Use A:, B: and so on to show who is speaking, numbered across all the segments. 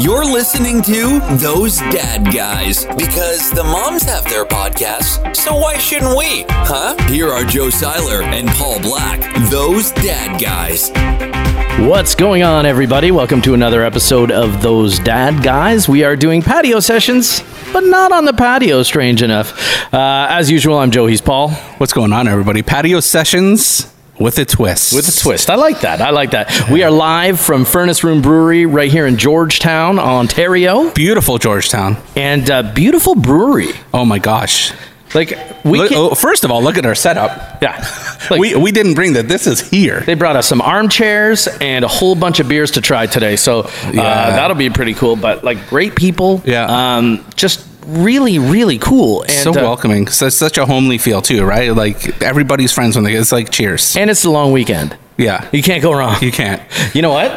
A: listening to Those Dad Guys because the moms have their podcasts, so why shouldn't we? Huh? Here are Joe Seiler and Paul Black, Those Dad Guys.
B: What's going on, everybody? Welcome to another episode of Those Dad Guys. We are doing patio sessions, but not on the patio, strange enough. Uh, as usual, I'm Joe. He's Paul.
C: What's going on, everybody? Patio sessions with a twist.
B: With a twist. I like that. I like that. We are live from Furnace Room Brewery right here in Georgetown, Ontario.
C: Beautiful Georgetown.
B: And uh, beautiful brewery.
C: Oh my gosh.
B: Like, we
C: Look-
B: can-
C: oh, first of all, look at our setup.
B: Yeah. Like,
C: we we didn't bring that. This is here.
B: They brought us some armchairs and a whole bunch of beers to try today. So uh,
C: Yeah.
B: that'll be pretty cool. But like great people.
C: Yeah.
B: Um, just really, really cool. And,
C: so
B: uh,
C: welcoming. So it's such a homely feel too, right? Like everybody's friends when they. It's like cheers.
B: And it's a long weekend.
C: yeah.
B: You can't go wrong.
C: You can't.
B: You know what?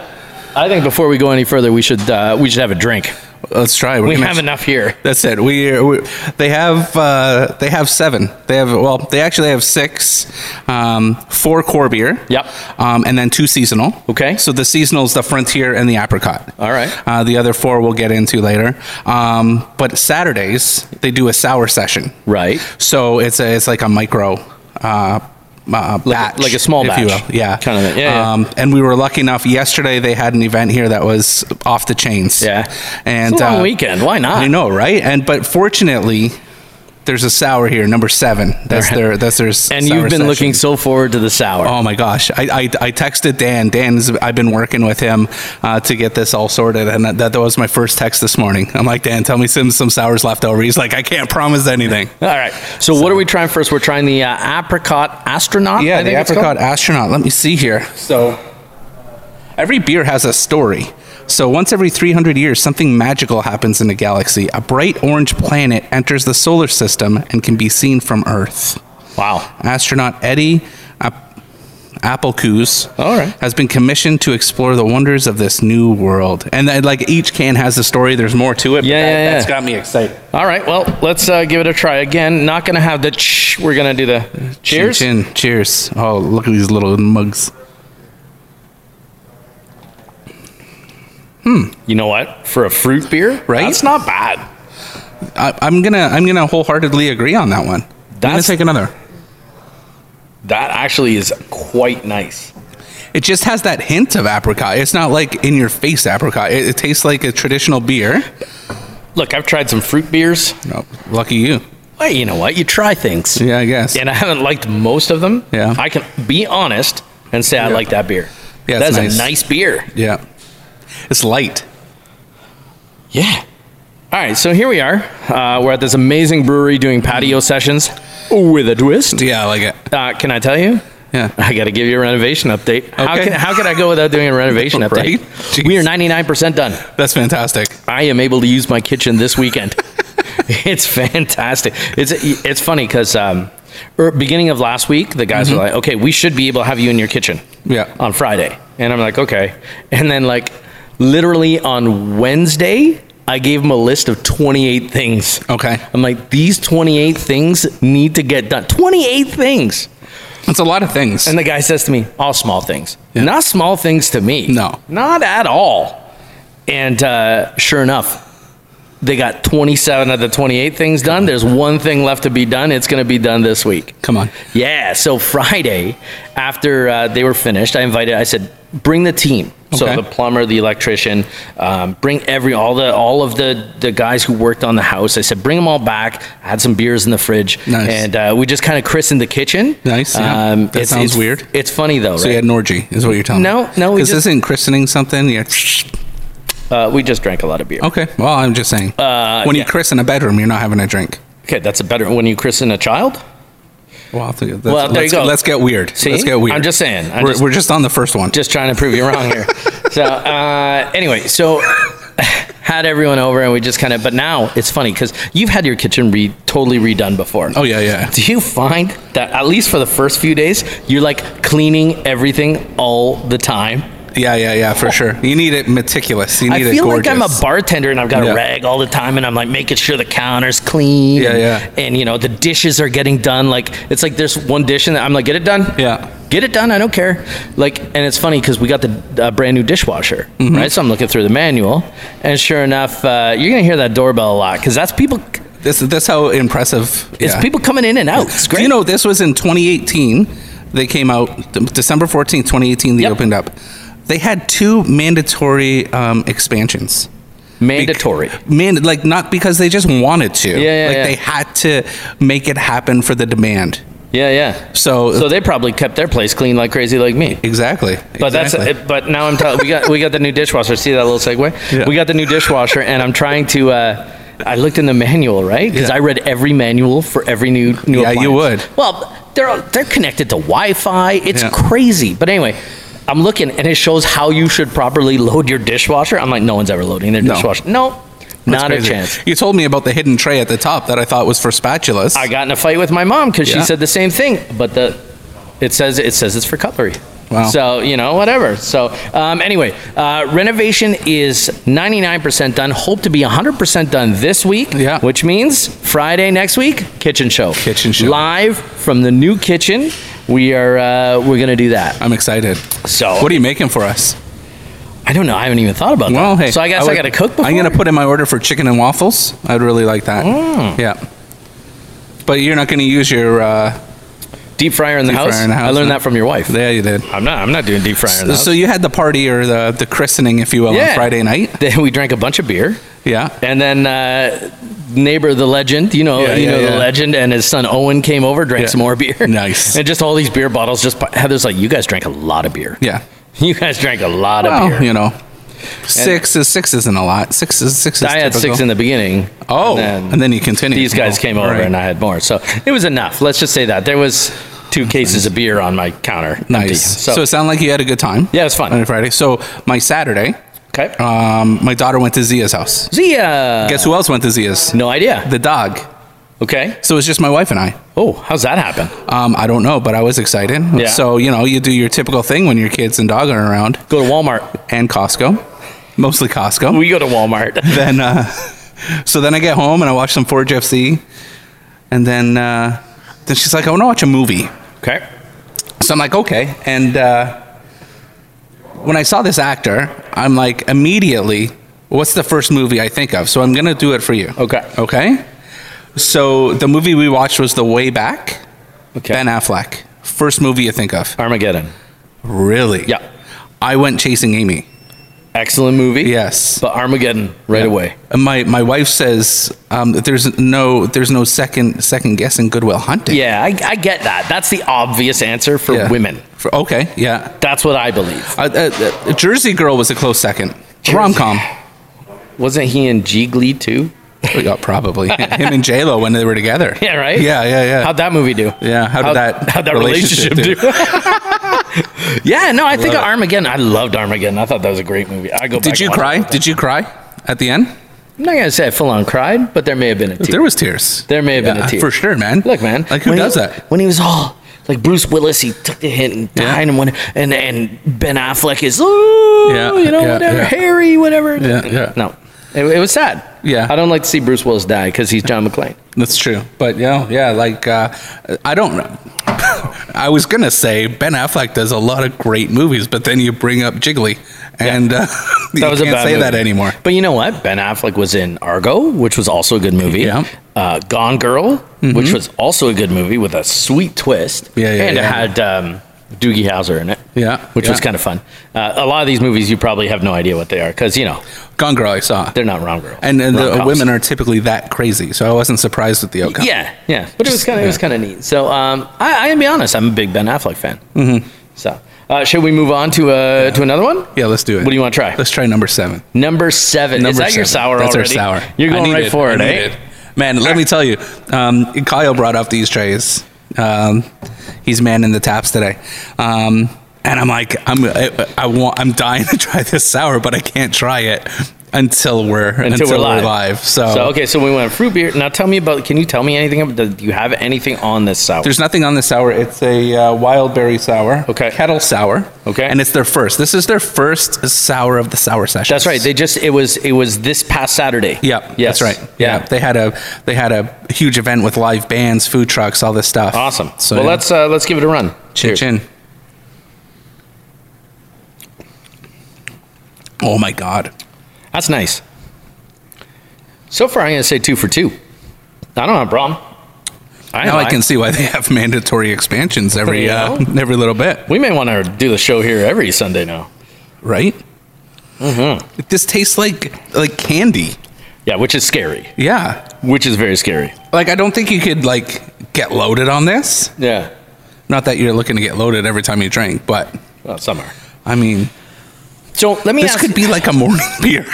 B: I think before we go any further, we should uh, we should have a drink.
C: Let's try. We're
B: We
C: gonna-
B: have enough here.
C: That's it. We, uh, we they have uh, they have seven. They have well, they actually have six, um, four core beer.
B: Yep.
C: Um, and then two seasonal.
B: Okay.
C: So the seasonal is the frontier and the apricot.
B: All right.
C: Uh, the other four we'll get into later. Um, but Saturdays they do a sour session.
B: Right.
C: So it's a it's like a micro. Uh, uh, batch,
B: like a small
C: if you
B: batch.
C: will. yeah,
B: Kind of thing. Yeah, yeah.
C: Um, and we were lucky enough. Yesterday, they had an event here that was off the chains.
B: Yeah.
C: and uh,
B: It's a long weekend. Why not?
C: I know, right? And but fortunately, there's a sour here, number seven. That's
B: Right.
C: their that's their. s-
B: And
C: sour
B: you've been
C: session.
B: looking so forward to the sour.
C: Oh my gosh! I, I, I texted Dan. Dan's I've been working with him uh, to get this all sorted, and that, that was my first text this morning. I'm like, Dan, tell me some some sours left over. He's like, I can't promise anything.
B: All right. So, what are we trying first? We're trying the uh, apricot astronaut. I
C: Yeah, the
B: think it's called?
C: apricot astronaut. Let me see here. So every beer has a story. So once every 300 years, something magical happens in the galaxy. A bright orange planet enters the solar system and can be seen from Earth.
B: Wow.
C: Astronaut Eddie Ap- Appelkus
B: All right.
C: has been commissioned to explore the wonders of this new world. And then, like each can has a story. There's more to it. but
B: Yeah,
C: that,
B: yeah,
C: That's
B: yeah.
C: got me excited.
B: All right. Well, let's uh, give it a try again. Not going to have the ch. We're going to do the cheers.
C: Chin, chin. Cheers. Oh, look at these little mugs.
B: You know what? For a fruit beer,
C: Right?
B: That's not bad.
C: I, I'm gonna I'm gonna wholeheartedly agree on that one. I'm gonna
B: That's-
C: take another.
B: That actually is quite nice.
C: It just has that hint of apricot. It's not like in your face apricot. It, it tastes like a traditional beer.
B: Look, I've tried some fruit beers.
C: No, lucky you.
B: Well, you know what? You try things,
C: Yeah, I guess.
B: and I haven't liked most of them.
C: Yeah.
B: I can be honest and say I like that beer.
C: Yeah,
B: that's
C: it's
B: a
C: nice.
B: nice beer.
C: yeah, it's light.
B: Yeah. All right, so here we are. Uh, we're at this amazing brewery doing patio sessions with a twist.
C: Yeah, I like it.
B: Uh, can I tell you?
C: Yeah.
B: I got to give you a renovation update. How
C: Okay.
B: can how can I go without doing a renovation
C: Right?
B: update? We are
C: Jeez.
B: 99% done.
C: That's fantastic.
B: I am able to use my kitchen this weekend. it's fantastic. It's it's funny because um, er, beginning of last week, the guys were
C: Mm-hmm.
B: like, "Okay, we should be able to have you in your kitchen."
C: Yeah.
B: On Friday, and I'm like, "Okay," and then like literally on Wednesday, I gave them a list of 28 things.
C: Okay.
B: I'm like, "These 28 things need to get done. 28 things."
C: It's a lot of things.
B: And the guy says to me, all small things. Not small things to me.
C: No.
B: Not at all. And uh, sure enough, they got 27 of the 28 things done. There's one thing left to be done. It's going to be done this week.
C: Come on.
B: Yeah. So Friday, after uh, they were finished, I invited. I said, "Bring the team." So
C: Okay.
B: the plumber, the electrician, um, bring every all the all of the the guys who worked on the house. I said, "Bring them all back." I had some beers in the fridge,
C: Nice.
B: and uh, we just kind of christened the kitchen. Um,
C: Nice, yeah. That
B: it's-
C: sounds
B: it's-
C: weird.
B: It's funny though,
C: So you
B: right?
C: had an orgy, is what you're telling me?
B: No, no, we
C: Because
B: just-
C: isn't christening something? Yeah.
B: uh, we just drank a lot of beer.
C: Okay. Well, I'm just saying.
B: Uh,
C: when you christen a bedroom, you're not having a drink.
B: Okay, that's a better when you christen a child.
C: Well, I'll think- that's-
B: Well, there you
C: let's,
B: go.
C: Let's get weird.
B: See?
C: Let's get weird.
B: I'm just saying. I'm
C: we're,
B: just-
C: we're just on the first one.
B: just trying to prove you wrong here. so uh, anyway, so had everyone over and we just kind of. But now it's funny because you've had your kitchen re- totally redone before.
C: oh yeah, yeah.
B: Do you find that at least for the first few days you're like cleaning everything all the time?
C: Yeah, yeah, yeah, for sure. You need it meticulous. You
B: I
C: need
B: feel
C: it gorgeous.
B: like I'm a bartender and I've got
C: Yeah.
B: a rag all the time and I'm like making sure the counter's clean.
C: Yeah,
B: and,
C: yeah.
B: And you know the dishes are getting done. Like it's like there's one dish and I'm like get it done.
C: Yeah.
B: Get it done. I don't care. Like, and it's funny because we got the uh, brand new dishwasher, right? So I'm looking through the manual, and sure enough, uh, you're gonna hear that doorbell a lot because that's people.
C: This that's how impressive.
B: It's
C: yeah.
B: people coming in and out. It's
C: Do
B: great.
C: You know, this was in 2018. They came out De- December 14th, 2018. They
B: Yep.
C: opened up. They had two mandatory um, expansions. Bec-
B: mandatory.
C: man, like not because they just wanted to.
B: yeah,
C: like
B: yeah.
C: they had to make it happen for the demand.
B: yeah, yeah.
C: So,
B: So they probably kept their place clean like crazy, like me.
C: exactly.
B: But that's
C: exactly.
B: that's but now I'm telling we got we got the new dishwasher. See that little segue?
C: Yeah.
B: We got the new dishwasher, and I'm trying to. Uh, I looked in the manual, right? Because
C: Yeah.
B: I read every manual for every new new.
C: Yeah, you
B: appliance.
C: would.
B: Well, they're all- they're connected to Wi-Fi. It's
C: Yeah.
B: crazy. But anyway. I'm looking, and it shows how you should properly load your dishwasher. I'm like, no one's ever loading their
C: No.
B: dishwasher. No,
C: That's
B: not
C: crazy.
B: a chance.
C: You told me about the hidden tray at the top that I thought was for spatulas.
B: I got in a fight with my mom because
C: Yeah.
B: she said the same thing, but the it says it says it's for cutlery.
C: Wow.
B: So you know whatever. So um, anyway, uh, renovation is 99% done. Hope to be 100% done this week.
C: Yeah.
B: Which means Friday next week, kitchen show.
C: Kitchen show.
B: Live from the new kitchen. We are uh, we're gonna do that.
C: I'm excited.
B: So
C: What are you making for us?
B: I don't know. I haven't even thought about
C: Well,
B: that.
C: hey.
B: So I guess I,
C: would-
B: got to cook. Before?
C: I'm gonna put in my order for chicken and waffles. I'd really like that.
B: Hmm.
C: Yeah. But you're not gonna use your. Uh,
B: deep fryer in the,
C: Deep fryer
B: house.
C: in the house,
B: I learned
C: huh?
B: that from your wife.
C: yeah, you did.
B: I'm not. I'm not doing deep fryer in the
C: So
B: house.
C: you had the party or the the christening, if you will, on
B: Yeah.
C: Friday night.
B: Then we drank a bunch of beer.
C: Yeah.
B: And then uh, neighbor, the legend, you know,
C: Yeah,
B: you
C: yeah,
B: know
C: yeah.
B: the legend, and his son Owen came over, drank
C: Yeah.
B: some more beer.
C: Nice.
B: And just all these beer bottles. Just Heather's like, you guys drank a lot of beer.
C: Yeah.
B: You guys drank a lot
C: Well,
B: of beer.
C: you know, six is six isn't a lot. Six is six. Is
B: I had six
C: typical.
B: in the beginning.
C: Oh,
B: and then
C: and then, you continue.
B: these guys
C: Oh,
B: came over,
C: right.
B: and I had more. So it was enough. Let's just say that there was two cases of beer on my counter. empty.
C: nice. So, it sounded like you had a good time.
B: Yeah, it was fun.
C: On Friday. So my Saturday,
B: okay.
C: um, my daughter went to Zia's house.
B: Zia.
C: Guess who else went to Zia's?
B: No idea.
C: The dog.
B: Okay.
C: So it was just my wife and I.
B: Oh, how's that happen?
C: Um, I don't know, but I was excited.
B: Yeah.
C: So you know, you do your typical thing when your kids and dog are around,
B: Go to Walmart.
C: and Costco, mostly Costco.
B: We go to Walmart.
C: then uh, so then I get home and I watch some Forge FC, and then uh, then she's like, I want to watch a movie.
B: okay.
C: So I'm like, okay. And uh, when I saw this actor, I'm like, immediately, what's the first movie I think of? So I'm gonna do it for you.
B: Okay.
C: Okay. So the movie we watched was The Way Back.
B: Okay.
C: Ben Affleck. First movie you think of?
B: Armageddon.
C: Really?
B: Yeah.
C: I went chasing Amy.
B: Excellent movie.
C: Yes.
B: But Armageddon right away.
C: And My my wife says um, that there's no there's no second second guessing Goodwill Hunting.
B: Yeah, I, I get that. That's the obvious answer for
C: Yeah.
B: women.
C: For- okay. Yeah.
B: That's what I believe.
C: Uh, uh, uh, Jersey Girl was a close second.
B: Jersey-
C: Rom com.
B: Wasn't he in Glee too?
C: Yeah, probably him and J Lo when they were together.
B: Yeah, right?
C: Yeah, yeah, yeah.
B: How'd that movie do?
C: Uh, yeah, how did that
B: how'd that relationship, do? yeah, no, I think
C: Love it.
B: Armageddon. I loved Armageddon. I thought that was a great movie. I go.
C: Did
B: back
C: you
B: and watch
C: cry?
B: it.
C: Did you cry at the end?
B: I'm not gonna say I full on cried, but there may have been a tear.
C: There was tears.
B: There may have been
C: Yeah,
B: a tear.
C: for sure, man.
B: Look, man.
C: Like who
B: when he-
C: does that?
B: When he was all like Bruce Willis, he took the hit and
C: Yeah.
B: died, and when and and Ben Affleck is ooh,
C: Yeah,
B: you know,
C: yeah,
B: whatever,
C: yeah.
B: Harry, whatever.
C: Yeah, yeah.
B: No, it, it was sad.
C: Yeah.
B: I don't like to see Bruce Willis die because he's John McClane.
C: That's true. But yeah, yeah. Like uh, I don't. I was gonna say Ben Affleck does a lot of great movies, but then you bring up Jiggly, and uh, you
B: That was a
C: can't
B: bad
C: say
B: movie.
C: that anymore.
B: But you know what? Ben Affleck was in Argo, which was also a good movie.
C: Yeah. Mm-hmm.
B: Uh, Gone Girl, which was also a good movie with a sweet twist.
C: Yeah, yeah,
B: And
C: yeah.
B: it had um, Doogie Howser in it.
C: Yeah,
B: Which was
C: yeah.
B: kind of fun. Uh, a lot of these movies you probably have no idea what they are because you know
C: Gone Girl, I saw,
B: they're not rom girls.
C: and, and the women are typically that crazy, so I wasn't surprised with the outcome.
B: Yeah, yeah. But it was kind of it was kind of neat. So um, I, I can be honest, I'm a big Ben Affleck fan. Mm-hmm. So uh, should we move on to uh, to another one?
C: yeah. Let's do it.
B: What do you want to try?
C: Let's try number seven.
B: Number seven. Is
C: Number
B: that your
C: seven.
B: sour
C: That's
B: already?
C: our sour.
B: You're
C: I
B: going
C: need
B: right for it,
C: I need
B: eh?
C: Man, let me tell you, um, Kyle brought up these trays. Um, he's manning the taps today. Um, and I'm like, I'm, I, I want, I'm dying to try this sour, but I can't try it until we're until, we're, live. So,
B: So okay, so we went fruit beer. Now tell me about. Can you tell me anything? about- Do you have anything on this sour?
C: there's nothing on the sour. It's a uh, wild berry sour,
B: Okay.
C: kettle sour,
B: Okay.
C: and it's their first. This is their first sour of the sour session.
B: that's right. They just it was it was this past Saturday.
C: Yeah,
B: Yes.
C: that's right.
B: Yeah.
C: Yeah. they had a they had a huge event with live bands, food trucks, all this stuff.
B: Awesome.
C: So
B: well,
C: yeah.
B: let's uh, let's give it a run.
C: chin
B: Cheers.
C: chin. Oh my God.
B: That's nice. So far, I'm going to say two for two. I don't have a problem. ain't
C: Now I
B: lying.
C: can see why they have mandatory expansions every
B: Yeah.
C: uh, every little bit,
B: We may want to do the show here every Sunday now.
C: right? Mm-hmm. This tastes like like candy.
B: Yeah, which is scary.
C: Yeah,
B: Which is very scary.
C: like I don't think you could like get loaded on this.
B: Yeah.
C: Not that you're looking to get loaded every time you drink, but
B: Well, some are.
C: I mean,
B: So let me
C: this
B: ask.
C: could be like a morning beer.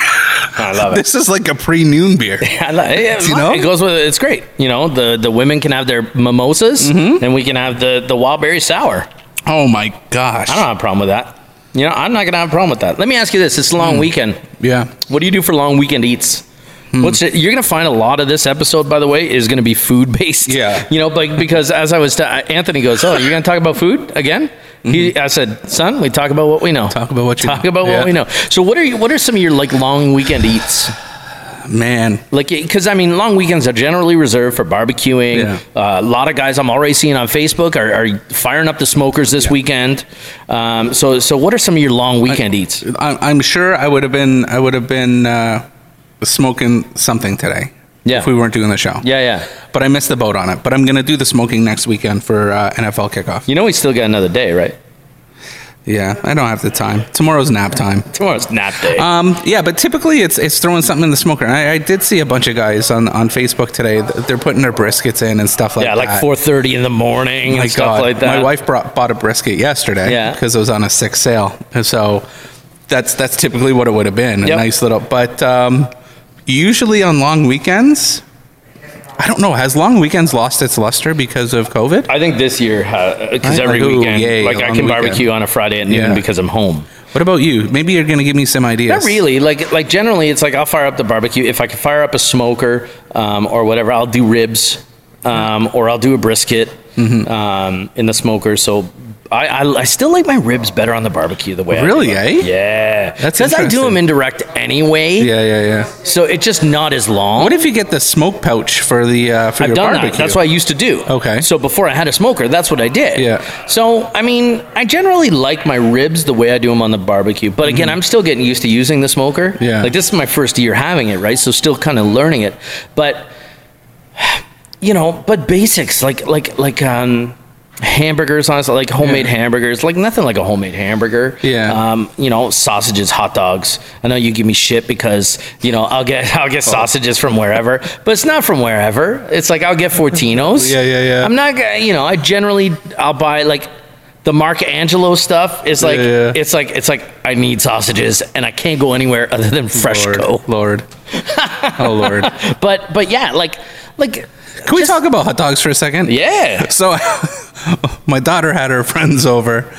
B: I love it.
C: this is like a pre noon beer.
B: I like, it,
C: You know?
B: it goes with it's great. You know, the the women can have their mimosas,
C: Mm-hmm.
B: and we can have the the wild berry sour.
C: Oh my gosh!
B: I don't have a problem with that. You know, I'm not gonna have a problem with that. Let me ask you this: It's a
C: Hmm.
B: long weekend.
C: Yeah,
B: What do you do for long weekend eats?
C: Hmm.
B: What's it, you're gonna find a lot of this episode, by the way, is gonna be food based.
C: Yeah.
B: you know, like because as I was, ta- Anthony goes, "Oh, you're gonna talk about food again?" He, I said, "Son, we talk about what we know.
C: Mm-hmm. Talk about what you
B: talk
C: know."
B: about
C: Yeah.
B: what we know." So, what are you? What are some of your like long weekend eats?
C: man.
B: Like, because I mean, long weekends are generally reserved for barbecuing.
C: Yeah.
B: Uh, a lot of guys I'm already seeing on Facebook are, are firing up the smokers this
C: Yeah.
B: weekend. Um, so, so what are some of your long weekend eats?
C: I'm, I'm sure I would have been I would have been uh, smoking something today.
B: Yeah.
C: If we weren't doing the show.
B: Yeah, yeah.
C: But I missed the boat on it. But I'm gonna do the smoking next weekend for uh, NFL kickoff.
B: You know, we still got another day, right?
C: Yeah. I don't have the time. Tomorrow's nap time.
B: Tomorrow's nap day.
C: Um, yeah, but typically it's it's throwing something in the smoker. I, I did see a bunch of guys on, on Facebook today. th- They're putting their briskets in and stuff like
B: yeah,
C: that.
B: like 4:30 in the morning
C: My
B: and stuff
C: God.
B: like that.
C: My wife brought, bought a brisket yesterday
B: Yeah.
C: because it was on a six sale. And so that's that's typically what it would have been. A
B: Yep.
C: nice little but um, usually on long weekends I don't know, has long weekends lost its luster because of COVID?
B: I think this year, because
C: Right?
B: every
C: Like, ooh,
B: weekend,
C: yay,
B: like I
C: long
B: can barbecue
C: weekend.
B: on a Friday at noon
C: Yeah.
B: because I'm home.
C: What about you? Maybe you're gonna give me some
B: Not
C: ideas.
B: really. Like like generally, it's like I'll fire up the barbecue if I can fire up a smoker um, or whatever. I'll do ribs um, or I'll do a brisket
C: Mm-hmm.
B: um, in the smoker. So. I, I, I still like my ribs better on the barbecue the way I do
C: Really,
B: them.
C: eh?
B: Yeah.
C: That's
B: Because I do
C: interesting.
B: them indirect anyway.
C: Yeah, yeah, yeah.
B: So it's just not as long.
C: What if you get the smoke pouch for the uh, for
B: I've
C: your
B: done
C: barbecue?
B: that. That's what I used to do.
C: Okay.
B: So before I had a smoker, that's what I did.
C: Yeah.
B: So I mean, I generally like my ribs the way I do them on the barbecue. But again, I'm still getting used to using the smoker.
C: Mm-hmm. Yeah.
B: Like this is my first year having it, right? So still kind of learning it. But you know, but basics like like like um hamburgers honestly like homemade
C: Yeah.
B: hamburgers like nothing like a homemade hamburger
C: Yeah.
B: um you know sausages hot dogs i know you give me shit because you know i'll get i'll
C: Oh.
B: get sausages from wherever but it's not from wherever it's like i'll get fortinos
C: Yeah, yeah, yeah.
B: i'm not gonna- you know i generally i'll buy like the Mark Angelo stuff is like
C: Yeah, yeah.
B: it's like it's like I need sausages and I can't go anywhere other than
C: Lord,
B: Freshco.
C: Lord. oh Lord.
B: But but yeah, like like
C: Can we talk about hot dogs for a second?
B: yeah.
C: So my daughter had her friends over,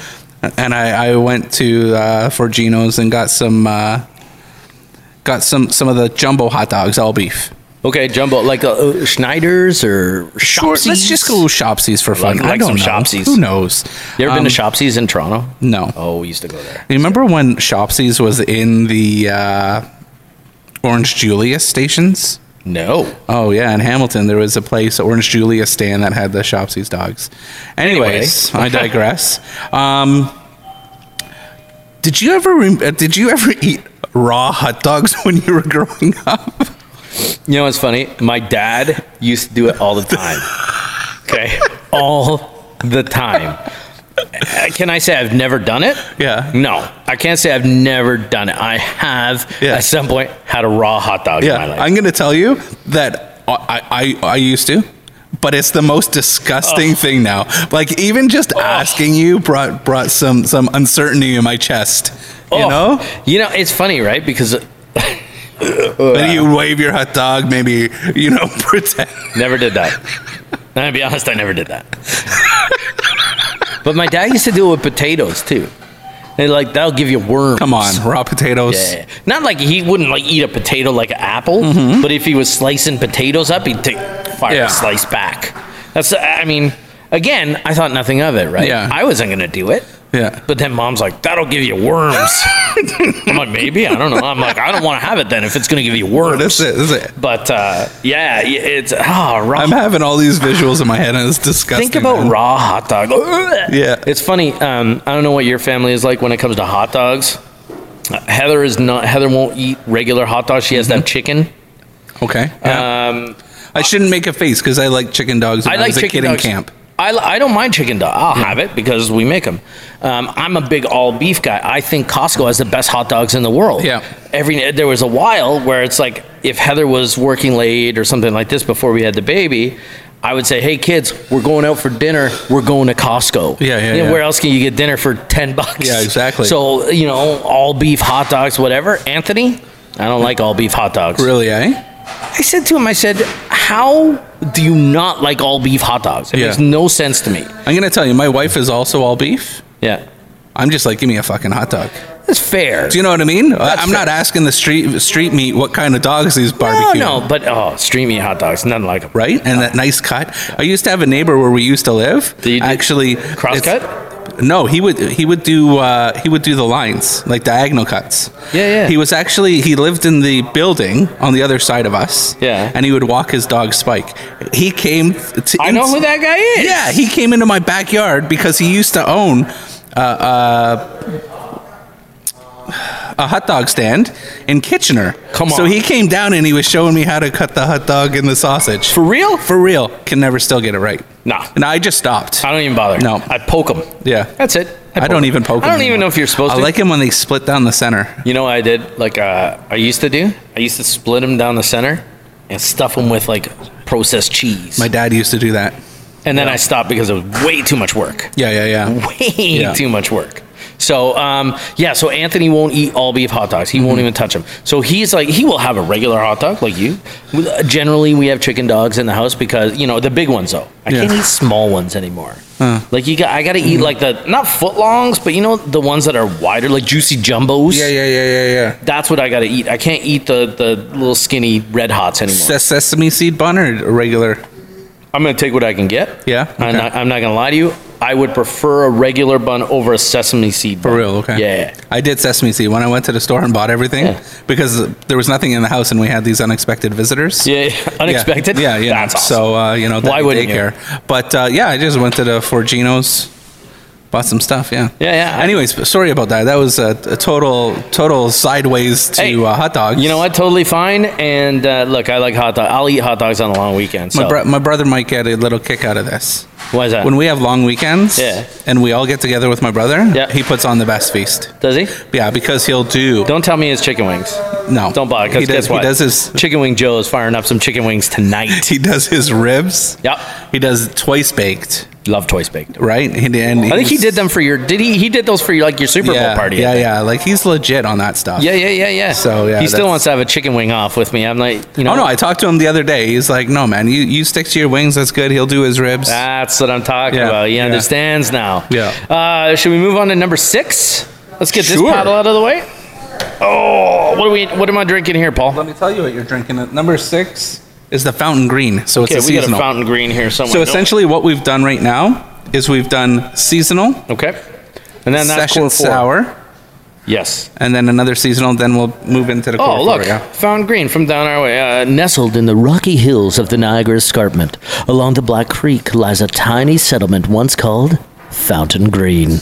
C: and I, I went to uh, Forgino's and got some uh, got some some of the jumbo hot dogs, all beef.
B: Okay, jumbo, like uh, uh, Schneider's or Shopsies.
C: Let's just go shopsies for fun.
B: Like- like
C: I don't
B: some
C: know.
B: Shopsies.
C: Who knows?
B: You ever
C: Um,
B: been to Shopsies in Toronto?
C: No.
B: Oh, we used to go there.
C: You remember when Shopsies was in the uh, Orange Julius stations?
B: No.
C: Oh yeah, in Hamilton there was a place, Orange Julia stand that had the Shopsies dogs. Anyways, I digress. Um, did you ever rem- uh, did you ever eat raw hot dogs when you were growing up?
B: You know what's funny? My dad used to do it all the time. Okay, all the time. Uh, Can I say I've never done it?
C: Yeah.
B: No, I can't say I've never done it. I have
C: Yeah.
B: at some point had a raw hot dog in my life.
C: I'm going to tell you that I, I I used to, but it's the most disgusting thing now. Like even just asking you brought brought some some uncertainty in my chest. You
B: Oh,
C: know,
B: You know, it's funny, right? Because
C: maybe you wave your hot dog, maybe you know pretend.
B: Never did that. I'm gonna be honest, I never did that. but my dad used to do it with potatoes too. And like that'll give you worms.
C: Come on, raw potatoes.
B: Yeah. Not like he wouldn't like eat a potato like an apple, but if he was slicing potatoes up, he'd take fire
C: Mm-hmm. Yeah.
B: a slice back. That's I mean, again, I thought nothing of it, right?
C: Yeah.
B: I wasn't gonna do it.
C: Yeah.
B: But then mom's like, that'll give you worms. I'm like, maybe I don't know. I'm like, I don't want to have it then if it's gonna give you worms.
C: That's it. That's it.
B: But uh, yeah, it's ah raw
C: I'm having all these visuals in my head, and it's disgusting.
B: Think about
C: man.
B: raw hot dog.
C: Yeah.
B: It's funny. Um, I don't know what your family is like when it comes to hot dogs. Heather is not. Heather won't eat regular hot dogs. She has to have chicken.
C: Okay. Mm-hmm. Yeah.
B: Um,
C: I shouldn't make a face because I like chicken dogs. When I,
B: I like
C: was a
B: chicken
C: kid
B: dogs.
C: in camp.
B: I, li- I don't mind chicken dog. I'll have it because we make them. Um, I'm a big all beef guy. I think Costco has the best hot dogs in the world.
C: Yeah.
B: Every there was a while where it's like if Heather was working late or something like this before we had the baby, I would say, "Hey kids, we're going out for dinner. We're going to Costco.
C: Yeah, yeah,
B: You know,
C: yeah.
B: Where else can you get dinner for ten bucks?
C: Yeah, exactly.
B: So you know, all beef hot dogs, whatever. Anthony, I don't like all beef hot dogs.
C: Really, eh?
B: I said to him, I said, how do you not like all beef hot dogs? It
C: Yeah.
B: makes no sense to me.
C: I'm gonna tell you, my wife is also all beef.
B: Yeah.
C: I'm just like, give me a fucking hot dog.
B: That's fair.
C: Do you know what I mean? I- I'm
B: fair.
C: not asking the street street meat what kind of dogs he's
B: no,
C: barbecuing.
B: no, but oh, streamy hot dogs, nothing like them.
C: Right? And that nice cut. I used to have a neighbor where we used to live.
B: Did you do
C: Actually,
B: crosscut?
C: it's- No, he would he would do uh, he would do the lines like diagonal cuts.
B: Yeah, yeah.
C: He was actually he lived in the building on the other side of us.
B: Yeah.
C: And he would walk his dog Spike. He came. To
B: I know who that guy is.
C: Yeah, he came into my backyard because he used to own uh, uh, a hot dog stand in Kitchener.
B: Come
C: So
B: on.
C: he came down and he was showing me how to cut the hot dog and the sausage.
B: For real?
C: For real. Can never still get it right.
B: Nah.
C: And I just stopped.
B: I don't even bother.
C: No.
B: I poke them.
C: Yeah.
B: That's it.
C: I don't even poke
B: I don't
C: him
B: even
C: anymore.
B: know if you're supposed
C: I
B: to.
C: like him when they split down the center.
B: You know what I did? Like uh, I used to do. I used to split them down the center and stuff them with like processed cheese.
C: My dad used to do that.
B: and then I stopped because it was way too much work.
C: Yeah, yeah, yeah.
B: way
C: Yeah.
B: too much work. So um, yeah, so Anthony won't eat all beef hot dogs. He
C: Mm-hmm.
B: won't even touch them. So he's like, he will have a regular hot dog like you. With- Generally, we have chicken dogs in the house because you know the big ones though. I
C: Yeah. Mm-hmm.
B: can't eat small ones anymore. Like you got, I got to eat like the not foot longs, but you know the ones that are wider, like juicy jumbos.
C: Yeah, yeah, yeah, yeah, yeah.
B: That's what I got to eat. I can't eat the the little skinny red hots anymore.
C: Se- sesame seed bun or regular?
B: I'm gonna take what I can get.
C: Yeah,
B: I'm,
C: okay.
B: not, I'm not gonna lie to you. I would prefer a regular bun over a sesame seed bun.
C: For real, okay.
B: Yeah.
C: I did sesame seed when I went to the store and bought everything
B: Yeah.
C: because there was nothing in the house and we had these unexpected visitors.
B: Yeah. Unexpected.
C: Yeah, yeah.
B: That's awesome.
C: So, uh, you know,
B: Why
C: that
B: wouldn't you?
C: daycare. But uh, yeah, I just went to the Forginos, bought some stuff. Yeah.
B: Yeah, yeah.
C: Anyways, but sorry about that. That was a, a total, total sideways to
B: Hey,
C: uh, hot dogs.
B: you know what? Totally fine. And uh, look, I like hot dog. I'll eat hot dogs on a long weekend. So
C: My, bro- my brother might get a little kick out of this.
B: why is that?
C: When we have long weekends
B: Yeah.
C: and we all get together with my brother,
B: Yeah.
C: he puts on the best feast.
B: Does he?
C: Yeah, because he'll do.
B: Don't tell me it's chicken wings.
C: no,
B: Don't bother.
C: He
B: Because
C: does,
B: guess what?
C: He does his
B: chicken wing Joe is firing up some chicken wings tonight.
C: he does his ribs.
B: yep.
C: He does twice baked,
B: Love twice baked.
C: right? And, and
B: I think he did them for your. Did he? He did those for your like your Super
C: yeah,
B: Bowl party. I
C: Yeah,
B: think.
C: yeah. Like he's legit on that stuff.
B: Yeah, yeah, yeah, yeah.
C: So, yeah,
B: he still
C: that's-
B: wants to have a chicken wing off with me. I'm like, you know,
C: Oh no, I talked to him the other day. He's like, "No, man, you, you stick to your wings. That's good. He'll do his ribs."
B: that's what I'm talking
C: Yeah,
B: about. He
C: yeah.
B: understands now.
C: Yeah.
B: Uh, should we move on to number six? Let's get
C: Sure.
B: this paddle out of the way. Oh, what are we? What am I drinking here, Paul?
C: Let me tell you what you're drinking. At number six is the Fountain Green. So
B: Okay,
C: it's a
B: we got a
C: seasonal.
B: fountain green here somewhere.
C: so
B: No.
C: essentially, what we've done right now is we've done seasonal,
B: okay, and then that's
C: session
B: core four.
C: sour,
B: Yes.
C: and then another seasonal. Then we'll move into the core
B: Oh, look,
C: four. Yeah.
B: Fountain Green from down our way. Uh, nestled in the rocky hills of the Niagara Escarpment, along the Black Creek lies a tiny settlement once called Fountain Green.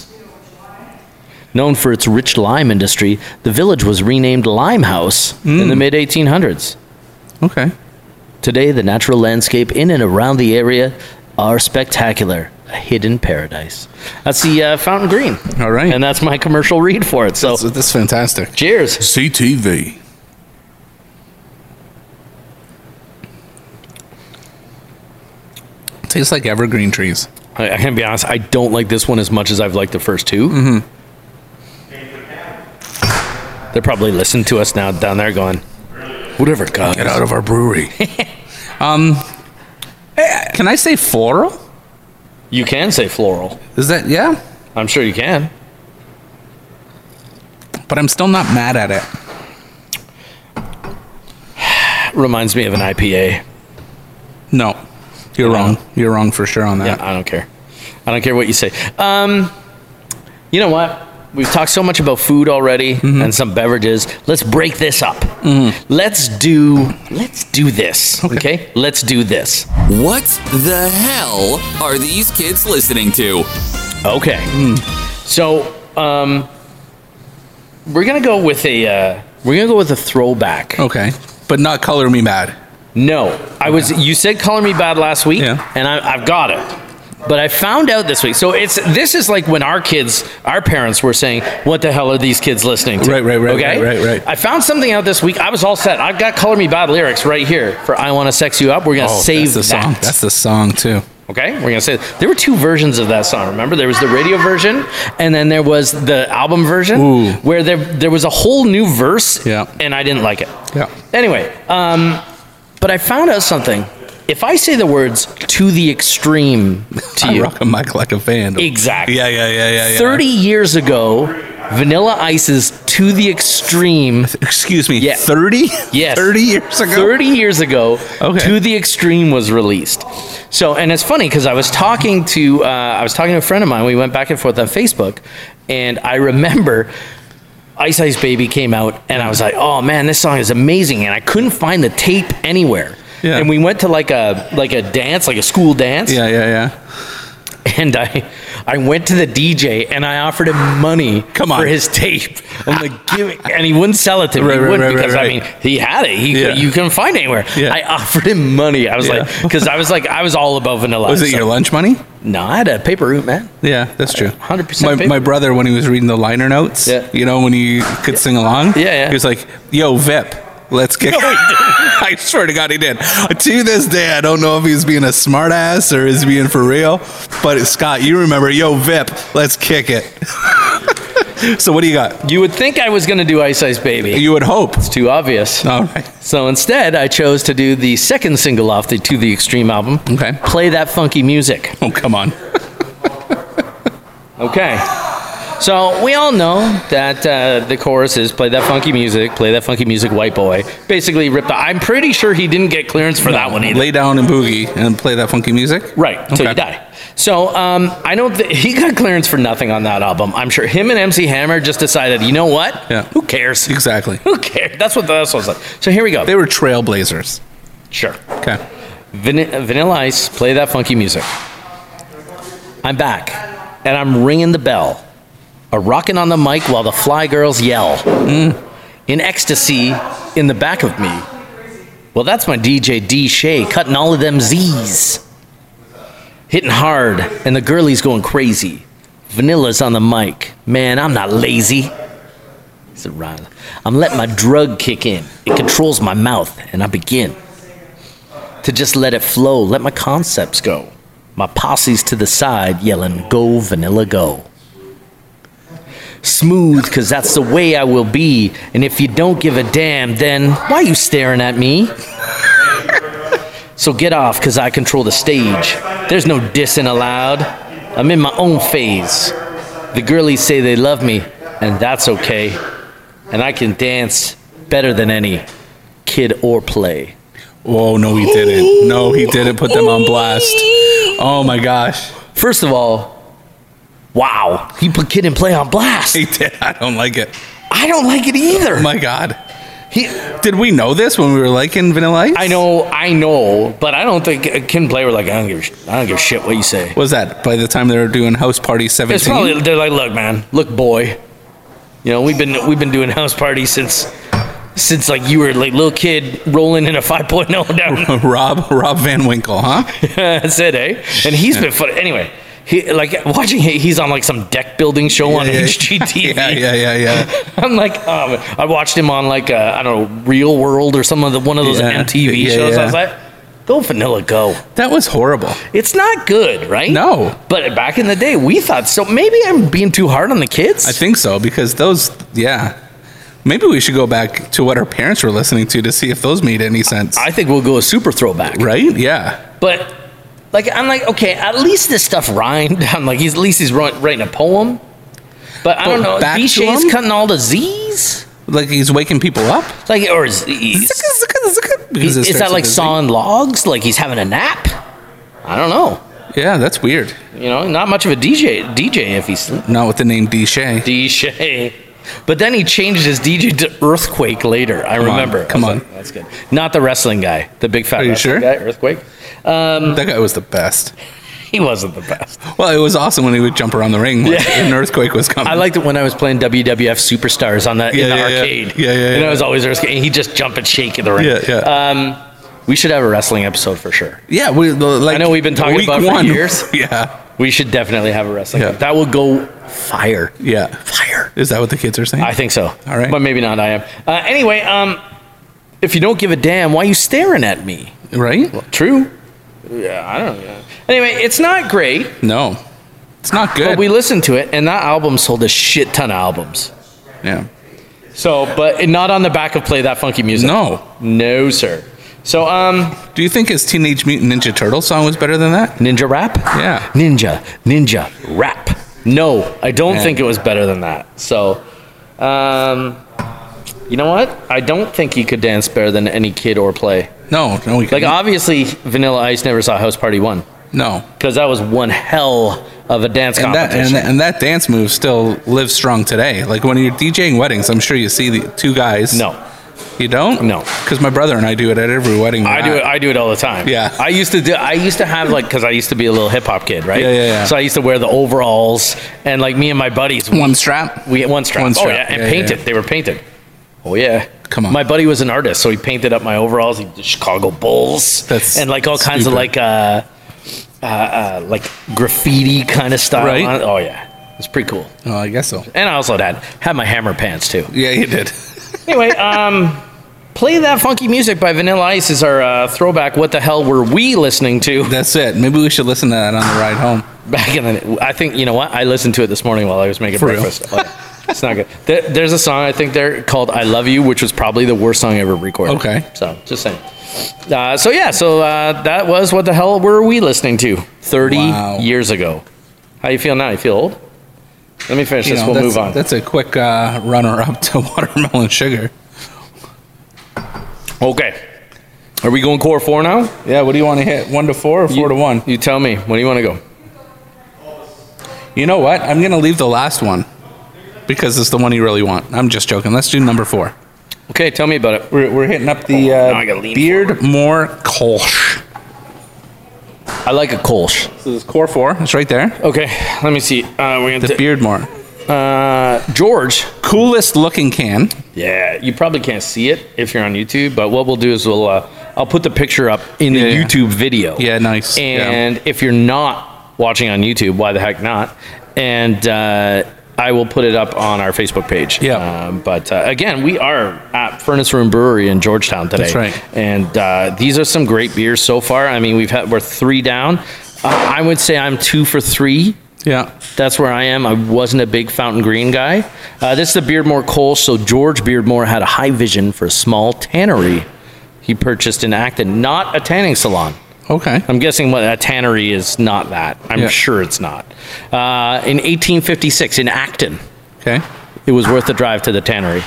B: Known for its rich lime industry, the village was renamed Limehouse in the mid 1800s.
C: Okay.
B: Today, the natural landscape in and around the area are spectacular. A hidden paradise. That's the uh, Fountain Green.
C: All right.
B: And that's my commercial read for it. So,
C: So this is fantastic.
B: cheers.
D: CTV.
C: Tastes like evergreen trees.
B: I, I can be honest. I don't like this one as much as I've liked the first 2 Mm-hmm. They're probably listening to us now down there, going, "Whatever, God."
D: Get out of our brewery.
C: Um, eh, Can I say floral?
B: You can say floral.
C: Is that yeah?
B: I'm sure you can.
C: But I'm still not mad at it.
B: Reminds me of an IPA.
C: No, you're wrong. You're wrong for sure on
B: Yeah,
C: that.
B: I don't care. I don't care what you say. Um, you know what? We've talked so much about food already
D: Mm-hmm.
B: and some beverages. Let's break this up. Let's do. Let's do this. Okay. Let's do this.
A: What the hell are these kids
C: Hmm.
A: listening to?
B: Okay. So, um, We're gonna go with a. Uh, we're gonna go with a throwback.
C: Okay. But not color me mad.
B: No, I was. You said color me bad last week,
C: Yeah.
B: and I, I've got it. But I found out this week. So it's this is like when our kids, our parents were saying, "What the hell are these kids listening to?"
C: Right, right, right, right, right, right.
B: I found something out this week. I was all set. I've got color me bad lyrics right here for "I Want to Sex You Up." We're gonna save
C: Oh, that's the song.
B: that.
C: That's the song too.
B: Okay, we're gonna say there were two versions of that song. Remember, there was the radio version, and then there was the album version,
C: Ooh.
B: where there there was a whole new verse.
C: Yeah.
B: and I didn't like it.
C: Yeah.
B: Anyway, um, but I found out something. If I say the words "to the extreme" to
C: I
B: you,
C: rock a mic like a fan.
B: exactly.
C: Yeah, yeah, yeah, yeah, yeah.
B: Thirty years ago, Vanilla Ice's "To the Extreme."
C: Excuse me.
B: Yeah.
C: 30?
B: Yes.
C: 30 years ago?
B: 30 years ago,
C: Okay.
B: To the Extreme was released. So, and it's funny because I was talking to uh, I was talking to a friend of mine. We went back and forth on Facebook, and I remember Ice Ice Baby came out, and I was like, "Oh man, this song is amazing!" And I couldn't find the tape anywhere.
C: Yeah.
B: And we went to like a like a dance, like a school dance,
C: Yeah, yeah, yeah.
B: and I I went to the DJ and I offered him money
C: Come on.
B: for his tape. I'm like, give me, and he wouldn't sell it to me.
C: Right,
B: he
C: right,
B: wouldn't
C: right, right,
B: because
C: right.
B: I mean, he had it. He,
C: Yeah.
B: You couldn't find it anywhere.
C: Yeah.
B: I offered him money. I was
C: Yeah.
B: like, because I was like, I was all about vanilla.
C: Was
B: Ice.
C: it
B: So-
C: your lunch money?
B: No, I had a paper route, man.
C: Yeah, that's true.
B: 100%
C: My,
B: paper.
C: my brother, when he was reading the liner notes,
B: Yeah.
C: you know, when you could sing along,
B: Yeah, yeah.
C: he was like, yo, Vip, let's get I swear to God, he did. To this day, I don't know if he's being a smartass or is being for real. But Scott, you remember, yo, Vip, let's kick it. so what do you got?
B: You would think I was going to do Ice Ice Baby.
C: You would hope.
B: Too obvious.
C: All right.
B: So instead, I chose to do the second single off the To the Extreme album.
C: Okay.
B: Play that funky music.
C: Oh, come on.
B: Okay. So we all know that uh, the chorus is "Play that funky music, play that funky music, white boy." Basically, ripped. The, I'm pretty sure he didn't get clearance for that one either.
C: Lay down and boogie and play that funky music.
B: Right, till you die. So um, I don't. Th- he got clearance for nothing on that album. I'm sure him and MC Hammer just decided. You know what?
C: Yeah.
B: Who cares?
C: Exactly.
B: Who cares? That's what that's what was like. So here we go.
C: They were trailblazers.
B: sure.
C: Okay.
B: Van- Vanilla Ice, play that funky music. I'm back, and I'm ringing the bell, a rocking on the mic while the fly girls yell, Mm. in ecstasy in the back of me. Well, that's my DJ D Shay cutting all of them Z's, hitting hard, and the girlies going crazy. Vanilla's on the mic, man. I'm not lazy. It's a rhyme. I'm letting my drug kick in. It controls my mouth, and I begin to just let it flow, let my concepts go. My posse's to the side yelling, Go, vanilla, go. Smooth, 'cause that's the way I will be. And if you don't give a damn, then why you staring at me? so get off, 'cause I control the stage. There's no dissing allowed. I'm in my own phase. The girlies say they love me, and that's okay. And I can dance better than any kid or play.
C: Whoa, no, he didn't. No, he didn't put them on blast. Oh my gosh.
B: First of all, wow, he put Kid and Play on blast.
C: He did. I don't like it.
B: I don't like it either.
C: My God.
B: He,
C: Did we know this when we were liking Vanilla Ice?
B: I know, I know, but I don't think uh, Kid and Play were like, I don't give, a sh- I don't give a shit what you say.
C: Was that by the time they were doing House Party 17?
B: It's probably they're like, look, man, look, boy, you know, we've been we've been doing house parties since since like you were like little kid rolling in a 5.0 down
C: Rob Rob Van Winkle, huh?
B: That's it, eh? And he's been fun. Anyway, he like watching. he- He's on like some deck building show on
C: Yeah, yeah.
B: HGTV.
C: Yeah, yeah, yeah, yeah.
B: I'm like, um, I watched him on like uh, I don't know, Real World or some of the one of those
C: Yeah,
B: MTV
C: yeah,
B: shows.
C: yeah.
B: I was like, go Vanilla Go.
C: That was horrible.
B: It's not good, right?
C: No.
B: But back in the day, we thought so. Maybe I'm being too hard on the kids.
C: I think so because those, yeah. Maybe we should go back to what our parents were listening to to see if those made any sense.
B: I think we'll go a super throwback.
C: right? Yeah.
B: But like, I'm like, okay, at least this stuff rhymed. I'm like, he's at least he's wri- writing a poem. But I don't
C: But
B: know.
C: back to
B: Bishay's
C: him?
B: cutting all the Z's.
C: Like he's waking people up.
B: Like, or is, is,
C: Because it
B: is
C: starts
B: that like
C: with a Z.
B: sawing logs? Like he's having a nap? I don't know.
C: Yeah, that's weird.
B: You know, not much of a DJ. DJ if he's
C: Not with the name D. Shay.
B: DJ. But then he changed his DJ to Earthquake later. I
C: on,
B: remember. I
C: come
B: was
C: on.
B: like, that's good. Not the wrestling guy, the big fat.
C: Are you
B: wrestling
C: sure?
B: Guy, Earthquake.
C: That guy was the best.
B: he wasn't the best.
C: Well, it was awesome when he would jump around the ring when an earthquake was coming.
B: I liked it when I was playing WWF Superstars on that
C: Yeah,
B: in the
C: yeah, yeah.
B: arcade.
C: Yeah, yeah,
B: And
C: yeah.
B: I was always there, and he just jump and shake in the ring.
C: Yeah, yeah.
B: Um, we should have a wrestling episode for sure.
C: yeah, we, the- like,
B: I know we've been talking
C: week
B: about it for years.
C: Yeah,
B: We should definitely have a wrestling.
C: Yeah.
B: That would go fire.
C: yeah. Fire. Is that what the kids are saying?
B: I think so.
C: All right.
B: But maybe not. I am. Uh, anyway, um, if you don't give a damn, why are you staring at me?
C: right?
B: True. Yeah, I don't know. Anyway, it's not great,
C: No, it's not good.
B: but we listened to it, and that album sold a shit ton of albums.
C: yeah.
B: So, but not on the back of play that funky music.
C: No.
B: No, sir. So, um,
C: Do you think his Teenage Mutant Ninja Turtle song was better than that?
B: ninja rap?
C: Yeah.
B: Ninja, ninja rap. No, I don't
C: Man.
B: think it was better than that. So, um, you know what? I don't think he could dance better than any kid or play.
C: No, no, we
B: Like, uh,
C: couldn't.
B: obviously, Vanilla Ice never saw House Party 1
C: no.
B: because that was one hell of a dance
C: And that,
B: competition.
C: and, that, and that dance move still lives strong today. Like when you're DJing weddings, I'm sure you see the two guys.
B: no.
C: you don't.
B: No.
C: because my brother and I do it at every wedding. we're
B: I do
C: at.
B: it. I do it all the time.
C: Yeah.
B: I used to do. I used to have like because I used to be a little hip hop kid, right?
C: Yeah, yeah, yeah.
B: So I used to wear the overalls and like me and my buddies.
C: One strap.
B: We one strap.
C: One
B: Oh
C: strap.
B: yeah, and
C: Yeah, yeah,
B: painted.
C: yeah.
B: They were painted. Oh yeah.
C: Come on.
B: My buddy was an artist, so he painted up my overalls. He did Chicago Bulls.
C: That's
B: and like all kinds of
C: stupid.
B: like uh, uh, uh like graffiti kind of style.
C: Right.
B: on it. Oh yeah, it's pretty cool.
C: Oh, I guess so.
B: And I also had had my hammer pants too.
C: Yeah, you did.
B: Anyway, um, play that funky music by Vanilla Ice is our uh, throwback. What the hell were we listening to
C: That's it. Maybe we should listen to that on the ride home.
B: back in the? I think you know what I listened to it this morning while I was making
C: For real?
B: breakfast. Like, it's not good. There, there's a song I think there called "I Love You," which was probably the worst song I ever recorded.
C: Okay.
B: so just saying. Uh, so yeah, so uh, that was what the hell were we listening to 30
C: Wow.
B: years ago? How you feel now? You feel old? Let me finish
C: You
B: this.
C: know,
B: we'll
C: that's,
B: move on.
C: That's a quick uh, runner-up to watermelon sugar.
B: Okay. Are we going core four now?
C: Yeah. What do you want to hit? One to four or four to one?
B: You tell me. When do you want to go?
C: You know what? I'm gonna leave the last one because it's the one you really want. I'm just joking. Let's do number four.
B: Okay, tell me about it.
C: We're, we're hitting up the
B: now I gotta
C: uh,
B: lean
C: Beardmore Kolsch.
B: I like a Kolsch.
C: So this is core four. It's right there.
B: Okay, let me see. Uh, we
C: The Beardmore.
B: uh, George.
C: Coolest looking can.
B: Yeah, you probably can't see it if you're on YouTube, but what we'll do is we'll uh, I'll put the picture up in the
C: Yeah, yeah.
B: YouTube video.
C: Yeah, nice.
B: And if you're not watching on YouTube, why the heck not? And uh, I will put it up on our Facebook page.
C: Yeah.
B: Um, but uh, again, we are at Furnace Room Brewery in Georgetown today.
C: That's right.
B: And uh, these are some great beers so far. I mean, we've had we're three down. Uh, I would say I'm two for three.
C: yeah.
B: That's where I am. I wasn't a big Fountain Green guy. Uh, this is the Beardmore Coal. So George Beardmore had a high vision for a small tannery he purchased in Acton, not a tanning salon.
C: Okay.
B: I'm guessing what a tannery is not that. I'm
C: Yeah.
B: sure it's not. Uh, in 1856 in Acton,
C: Okay.
B: it was worth the drive to the tannery.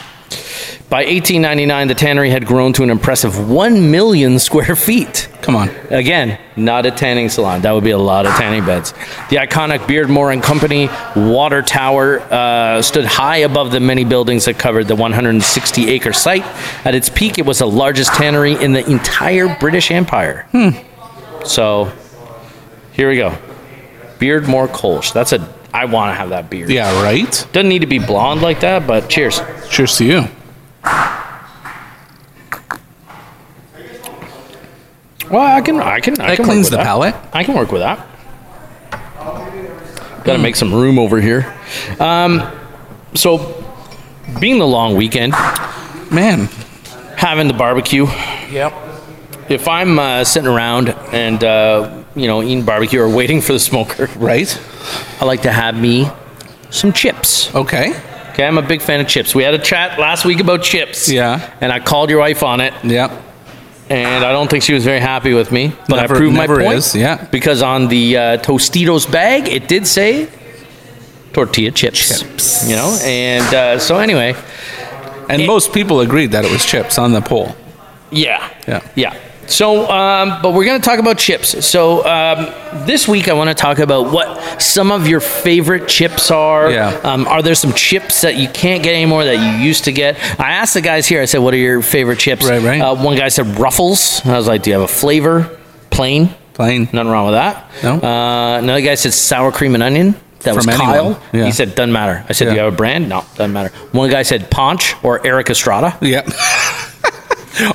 B: By 1899, the tannery had grown to an impressive 1 million square feet.
C: Come on.
B: Again, not a tanning salon. That would be a lot of tanning beds. The iconic Beardmore and Company water tower uh, stood high above the many buildings that covered the 160-acre site. At its peak, it was the largest tannery in the entire British Empire. So, here we go. Beardmore Kolsch. That's a. I want to have that beard.
C: Yeah. Right.
B: Doesn't need to be blonde like that, but cheers.
C: Cheers to you.
B: Well, I can. I can. I
C: That
B: can work
C: cleans
B: with
C: the
B: that.
C: palate.
B: I can work with that. Got to make some room over here. Um, so, being the long weekend,
C: Man.
B: having the barbecue. Yep. If I'm uh, sitting around and uh, you know eating barbecue or waiting for the smoker,
C: Right.
B: I like to have me some chips.
C: Okay.
B: Okay, I'm a big fan of chips. We had a chat last week about chips.
C: Yeah.
B: And I called your wife on it,
C: Yeah.
B: and I don't think she was very happy with me. But
C: Never-
B: I proved
C: never
B: my point.
C: is, yeah.
B: Because on the uh, Tostitos bag, it did say tortilla chips.
C: Chips.
B: You know, and uh, so anyway,
C: And
B: It-
C: most people agreed that it was chips on the poll.
B: yeah,
C: Yeah.
B: yeah. So, um, but we're going to talk about chips. So um, this week, I want to talk about what some of your favorite chips are.
C: Yeah.
B: Um, are there some chips that you can't get anymore that you used to get? I asked the guys here. I said, "What are your favorite chips?"
C: Right, right.
B: Uh, one guy said Ruffles. I was like, "Do you have a flavor? Plain?"
C: Plain.
B: Nothing wrong with that.
C: No.
B: Uh, another guy said sour cream and onion. That was
C: From anyone.
B: Kyle.
C: Yeah.
B: He said, doesn't matter. I said,
C: Yeah.
B: do you have a brand? No, doesn't matter. One guy said Ponch or Eric Estrada.
C: Yep.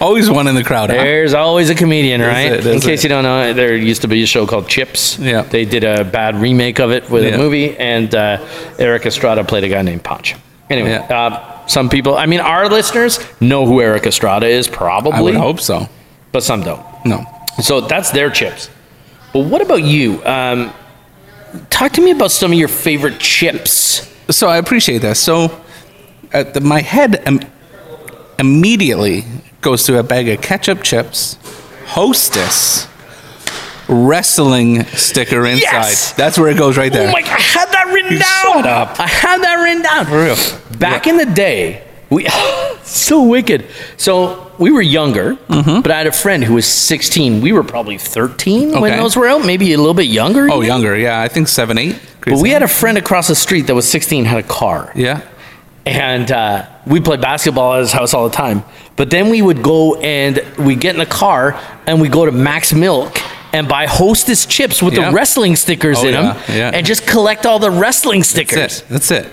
C: Always one in the crowd. huh?
B: There's always a comedian, right?
C: it,
B: In
C: is
B: case
C: it.
B: you don't know, there used to be a show called Chips.
C: Yeah.
B: They did a bad remake of it with
C: Yeah.
B: a movie, and uh, Eric Estrada played a guy named Ponch. Anyway,
C: Yeah.
B: uh, some people, I mean, our listeners know who Eric Estrada is, probably,
C: I would hope so.
B: but some don't.
C: No.
B: So that's their chips. But what about you? Um, talk to me about some of your favorite chips.
C: So I appreciate that. So at the, my head Im- immediately goes to a bag of ketchup chips, Hostess, wrestling sticker inside.
B: Yes!
C: That's where it goes right there.
B: Oh my! I had that written
C: You
B: down.
C: shut up.
B: I had that written down.
C: For real.
B: Back in the day, we so wicked. So we were younger,
C: Mm-hmm.
B: but I had a friend who was 16. We were probably 13 when
C: Okay.
B: those were out, maybe a little bit younger.
C: Oh,
B: even.
C: younger. Yeah, I think seven, eight.
B: But we had a friend across the street that was 16 had a car.
C: yeah.
B: and uh, we played basketball at his house all the time. But then we would go and we get in the car and we go to Max Milk and buy Hostess chips with
C: Yeah.
B: the wrestling stickers
C: Oh,
B: in
C: yeah,
B: them,
C: yeah.
B: and just collect all the wrestling
C: That's
B: stickers.
C: it. That's it.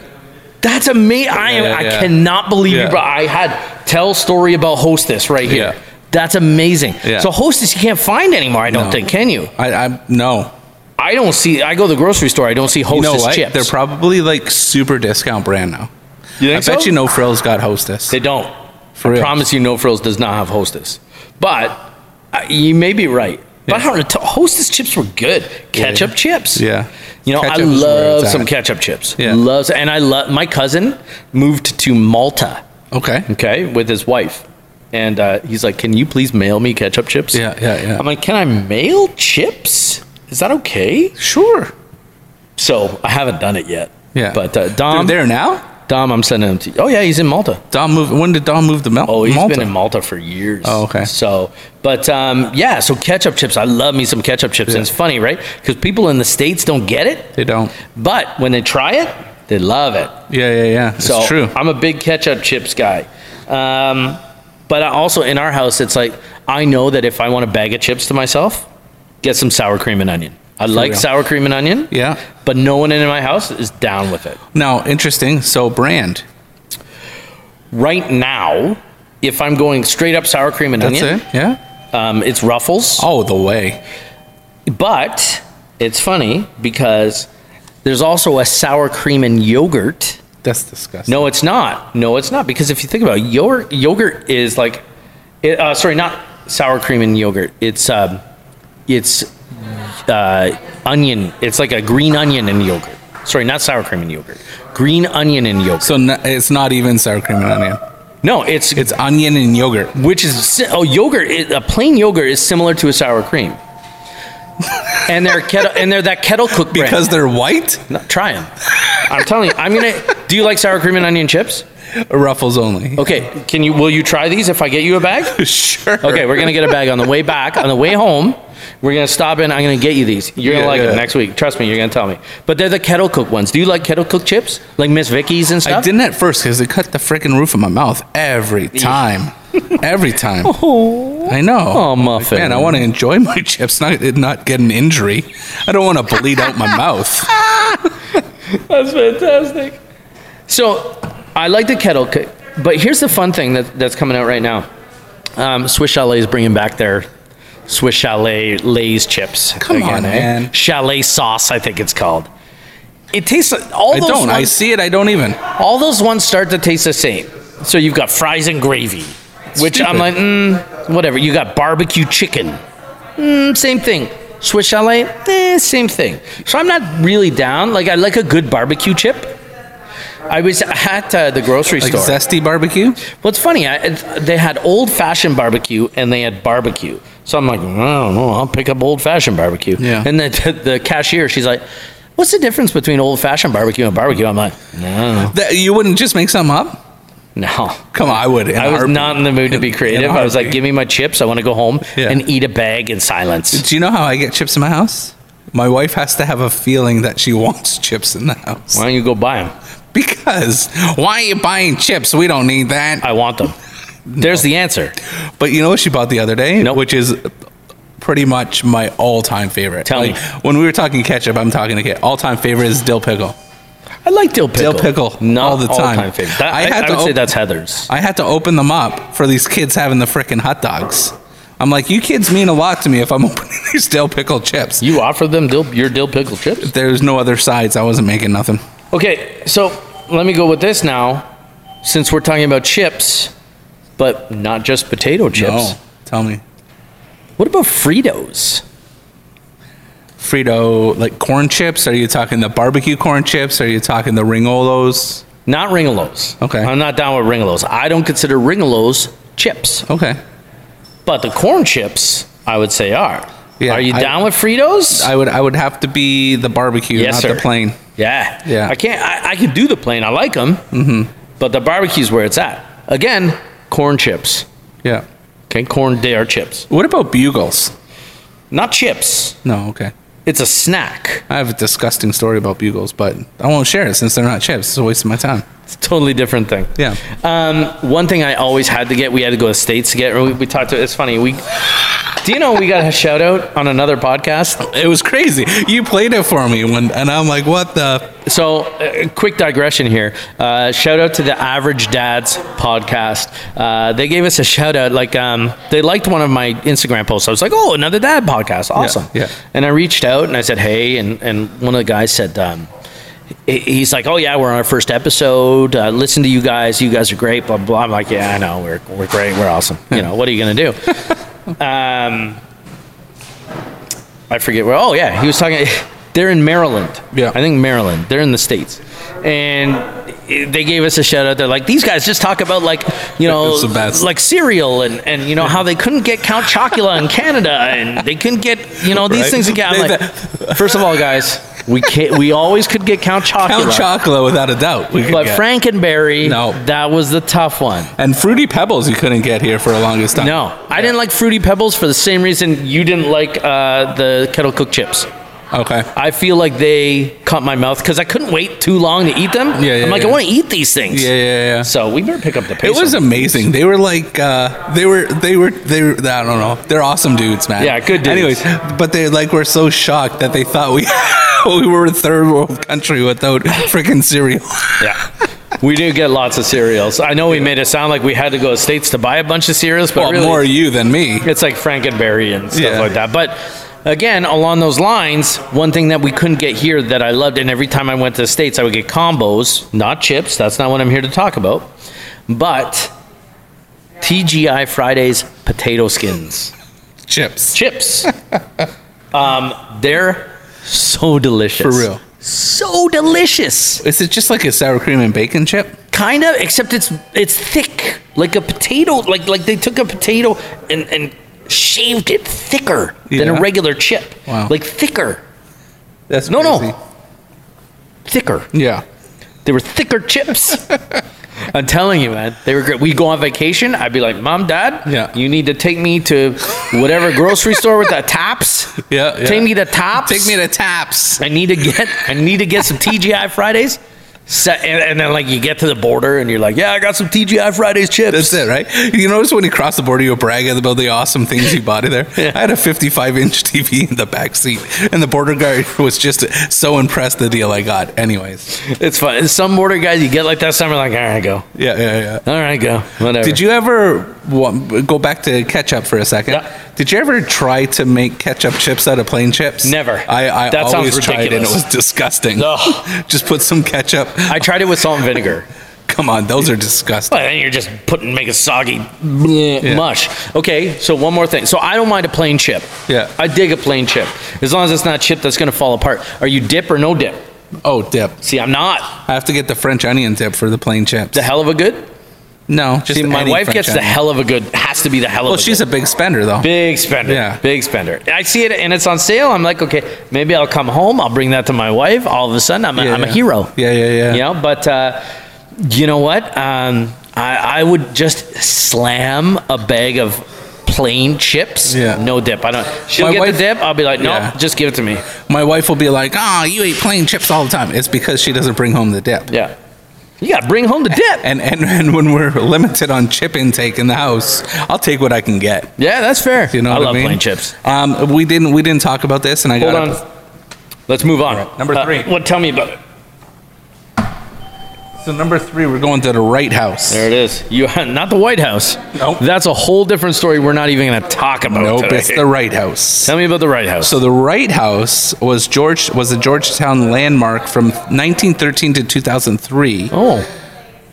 B: That's amazing. I am.
C: Yeah, yeah, yeah.
B: I cannot believe
C: Yeah.
B: you. But I had tell story about Hostess right here.
C: Yeah.
B: That's amazing.
C: Yeah.
B: So Hostess you can't find anymore. I don't
C: No.
B: think. Can you?
C: I, I no.
B: I don't see. I go to the grocery store. I don't see
C: You
B: Hostess
C: know what?
B: chips.
C: They're probably like super discount brand now. I bet you No Frills got Hostess.
B: They don't.
C: For
B: I
C: real.
B: promise you, No Frills does not have Hostess. But uh, you may be right. But I don't know. t- Hostess chips were good. Ketchup chips.
C: Yeah.
B: You know,
C: Ketchup
B: I
C: is where
B: love
C: it's
B: some
C: at.
B: ketchup chips.
C: Yeah.
B: Loves, and I love. My cousin moved to Malta.
C: okay.
B: Okay, with his wife, and uh, he's like, "Can you please mail me ketchup chips?"
C: Yeah, yeah, yeah.
B: I'm like, "Can I mail chips? Is that okay?"
C: Sure.
B: So I haven't done it yet.
C: Yeah.
B: But uh, Dom,
C: They're there now?
B: Dom, I'm sending him to. you. Oh yeah, he's in Malta.
C: Dom moved. When did Dom move to Mel-
B: Oh, he's
C: Malta?
B: been in Malta for years.
C: Oh, okay.
B: So, but um, yeah, so ketchup chips. I love me some ketchup chips.
C: Yeah.
B: And it's funny, right? Because people in the States don't get it,
C: they don't.
B: but when they try it, they love it.
C: Yeah, yeah, yeah. It's
B: so uh,
C: true.
B: I'm a big ketchup chips guy. Um, but I also in our house, it's like I know that if I want a bag of chips to myself, get some sour cream and onion. I like
C: real.
B: sour cream and onion.
C: yeah.
B: But no one in my house is down with it.
C: Now, interesting. So, brand.
B: Right now, if I'm going straight up sour cream and
C: That's
B: onion,
C: it. Yeah.
B: Um, it's Ruffles.
C: Oh, the way.
B: But it's funny because there's also a sour cream and yogurt.
C: That's disgusting.
B: No, it's not. No, it's not. Because if you think about it, yogurt, yogurt is like, it, uh, sorry, not sour cream and yogurt. It's um, it's uh, onion. It's like a green onion and yogurt. Sorry, not sour cream and yogurt. Green onion and yogurt.
C: So n- it's not even sour cream and onion.
B: No, it's
C: It's onion and yogurt.
B: which is si- oh yogurt is, a plain yogurt is similar to a sour cream. and they're kettle and they're that kettle cook brand.
C: Because they're white?
B: No, try them. I'm telling you, I'm gonna. Do you like sour cream and onion chips?
C: Ruffles only.
B: Okay, can you? Will you try these if I get you a bag?
C: sure.
B: Okay, we're gonna get a bag on the way back. On the way home, we're gonna stop in. I'm gonna get you these. You're gonna
C: Yeah,
B: like
C: yeah.
B: them next week. Trust me, you're gonna tell me. But they're the kettle cook ones. Do you like kettle cook chips, like Miss Vicky's and stuff?
C: I didn't at first because it cut the freaking roof of my mouth every time. every time. I know.
B: Oh, muffin.
C: Man, I want to enjoy my chips, not not get an injury. I don't want to bleed out my mouth.
B: Ah, That's fantastic. So, I like the kettle cook. But here's the fun thing that, that's coming out right now. Um, Swiss Chalet is bringing back their Swiss Chalet Lay's chips.
C: Come on,
B: eh?
C: man.
B: Chalet sauce, I think it's called. It tastes like- all
C: I
B: those
C: don't. I
B: ones-
C: see it. I don't even.
B: all those ones start to taste the same. So you've got fries and gravy, which I'm
C: Stupid.
B: like, mm, whatever. You got barbecue chicken, mm, same thing. Swiss chalet, eh, same thing. So I'm not really down. Like I like a good barbecue chip. I was at uh, the grocery
C: Like
B: store.
C: zesty barbecue.
B: Well, it's funny. I, it- they had old fashioned barbecue and they had barbecue. So I'm like, I don't know. I'll pick up old fashioned barbecue.
C: Yeah.
B: And the, the cashier, she's like, "What's the difference between old fashioned barbecue and barbecue?" I'm like, no,
C: That you wouldn't just make something up.
B: no.
C: Come on, I would. in a
B: I was
C: heartbeat.
B: not in the mood to be
C: In a
B: creative. I was like,
C: heartbeat.
B: "Give me my chips. I want to go home
C: Yeah.
B: and eat a bag in silence."
C: Do you know how I get chips in my house? My wife has to have a feeling that she wants chips in the house.
B: Why don't you go buy them?
C: Because why are you buying chips? We don't need that.
B: I want them. There's the answer.
C: But you know what she bought the other day?
B: Nope.
C: Which is pretty much my all-time favorite.
B: Tell me.
C: when we were talking ketchup, I'm talking okay. All-time favorite is dill pickle.
B: I like dill pickle.
C: pickle,
B: not
C: all the time.
B: all-time favorite. That-
C: I
B: I,
C: had
B: I
C: to
B: would say
C: op-
B: that's Heather's.
C: I had to open them up for these kids having the frickin' hot dogs. I'm like, you kids mean a lot to me if I'm opening these dill pickle chips.
B: You offer them dill, your dill pickle chips.
C: There's no other sides. I wasn't making nothing.
B: Okay, so let me go with this now, since we're talking about chips, but not just potato chips.
C: No, tell me,
B: What about Fritos?
C: Frito like corn chips? Are you talking the barbecue corn chips? Are you talking the ringolos?
B: Not ringolos.
C: Okay.
B: I'm not down with ringolos. I don't consider ringolos chips,
C: Okay,
B: but the corn chips I would say are.
C: Yeah,
B: are you
C: I-
B: down with Fritos?
C: I would I would have to be the barbecue,
B: Yes,
C: not
B: sir.
C: the plain.
B: Yeah.
C: Yeah.
B: I can't. I, I can do the plain. I like them. Mm-hmm. But the barbecue's where it's at. Again, corn chips.
C: Yeah.
B: Okay, corn. They are chips,
C: What about bugles?
B: not chips.
C: No, okay.
B: It's a snack.
C: I have a disgusting story about bugles, but I won't share it since they're not chips. It's a waste of my time.
B: It's a totally different thing.
C: Yeah.
B: Um, one thing I always had to get, we had to go to states to get. Or we, we talked to. It's funny. We. Do you know we got a shout out on another podcast?
C: It was crazy. You played it for me when, and I'm like, what the?
B: So, uh, quick digression here. Uh, shout out to the Average Dads podcast. Uh, they gave us a shout out. Like, um, they liked one of my Instagram posts. I was like, "Oh, another dad podcast, awesome!"
C: yeah.
B: And I reached out and I said, "Hey," and and one of the guys said, um, he- "He's like, oh yeah, we're on our first episode. Uh, listen to you guys. You guys are great." Blah blah. I'm like, "Yeah, I know. We're we're great. We're awesome. You know, what are you gonna do?" Um, I forget where. Oh yeah, he was talking. They're in Maryland.
C: Yeah.
B: I think Maryland. They're in the states, and it- they gave us a shout out. They're like, these guys just talk about like you know
C: It's the best.
B: like cereal and and you know how they couldn't get Count Chocula in Canada and they couldn't get you know these
C: Right.
B: things again. I'm
C: They-
B: like, first of all, guys, we can't. We always could get Count Chocula.
C: Count chocolate without a doubt. We could
B: but
C: get.
B: Frankenberry,
C: No.
B: that was the tough one.
C: and fruity pebbles you couldn't get here for the longest time.
B: No, I didn't like Fruity Pebbles for the same reason you didn't like uh, the kettle cooked chips.
C: Okay.
B: I feel like they cut my mouth because I couldn't wait too long to eat them.
C: Yeah, yeah,
B: I'm like,
C: yeah.
B: I want to eat these things.
C: Yeah, yeah, yeah.
B: So we better pick up the pace.
C: It was
B: on this.
C: amazing. They were like, uh, they were, they were, they were, I don't know. They're awesome dudes, man.
B: Yeah, good dudes.
C: Anyways, but they like were so shocked that they thought we we were a third world country without freaking cereal.
B: Yeah. We did get lots of cereals. I know we made it sound like we had to go to states to buy a bunch of cereals, but
C: Well,
B: really,
C: more you than me.
B: it's like Frankenberry and stuff
C: Yeah.
B: like that. But again, along those lines, one thing that we couldn't get here that I loved, and every time I went to the states, I would get combos, not chips. That's not what I'm here to talk about, but TGI Fridays potato skins.
C: Chips.
B: chips. um, they're so delicious.
C: For real.
B: So delicious.
C: Is it just like a sour cream and bacon chip?
B: Kind of, except it's it's thick, like a potato. Like like they took a potato and and shaved it thicker than
C: Yeah.
B: a regular chip.
C: Wow.
B: Like thicker,
C: That's
B: No, no. thicker.
C: Yeah.
B: They were thicker chips. I'm telling you, man, they were great. We'd go on vacation. I'd be like, Mom, Dad,
C: Yeah.
B: you need to take me to whatever grocery store with the tops.
C: Yeah, yeah.
B: Take me to tops.
C: Take me to Taps.
B: I need to get I need to get some TGI Fridays. So, and, and then like you get to the border and you're like, yeah, I got some TGI Fridays chips.
C: That's it, right? You notice when you cross the border, you brag about the awesome things you bought in there. I had a 55 inch TV in the back seat, and the border guard was just so impressed the deal I got. Anyways,
B: It's fun. And some border guys you get like that summer, like, all right, go, all
C: yeah, yeah, yeah.
B: right, go, whatever.
C: Did you ever wa- go back to ketchup for a second?
B: Yeah.
C: Did you ever try to make ketchup chips out of plain chips?
B: Never.
C: I, I
B: That sounds
C: always tried, and it
B: ridiculous.
C: was disgusting.
B: Ugh.
C: just put some ketchup.
B: I tried it with salt and vinegar.
C: Come on, those are disgusting.
B: But then you're just putting making soggy bleh,
C: Yeah.
B: mush. Okay, so one more thing. So I don't mind a plain chip.
C: Yeah.
B: I dig a plain chip as long as it's not a chip that's gonna fall apart. Are you dip or no dip?
C: Oh, dip.
B: See, I'm not.
C: I have to get the French onion dip for the plain chips.
B: The hell of a good.
C: No, just
B: See, my
C: any
B: wife
C: French
B: gets the
C: onion.
B: hell of a good. Has to be the hell
C: Well,
B: of a good.
C: she's a big spender though.
B: Big spender.
C: Yeah.
B: Big spender. I see it and it's on sale. I'm like, okay, maybe I'll come home. I'll bring that to my wife. All of a sudden, I'm, a,
C: Yeah,
B: am
C: yeah.
B: a hero.
C: Yeah, yeah, yeah.
B: You know, but uh, you know what? Um, I, I would just slam a bag of plain chips.
C: Yeah.
B: No dip. I don't. She'll
C: My
B: get
C: wife-
B: the dip. I'll be like, no,
C: Yeah.
B: just give it to me.
C: My wife will be like, "Ah, you eat plain chips all the time." It's because she doesn't bring home the dip.
B: Yeah. You got to bring home the dip.
C: And, and and when we're limited on chip intake in the house, I'll take what I can get.
B: Yeah, that's fair.
C: You know
B: I
C: what
B: love
C: I mean?
B: plain chips.
C: Um, we didn't we didn't talk about this, and I
B: Hold
C: got
B: on. Let's move on.
C: number three.
B: What? Tell me about it.
C: So number three, we're going to the right house.
B: There it is. You not the White House.
C: Nope.
B: That's a whole different story. We're not even going to talk about.
C: Nope,
B: today.
C: it's the right house.
B: Tell me about the White House.
C: So the Wright House was George was a Georgetown landmark from 1913 to 2003.
B: oh,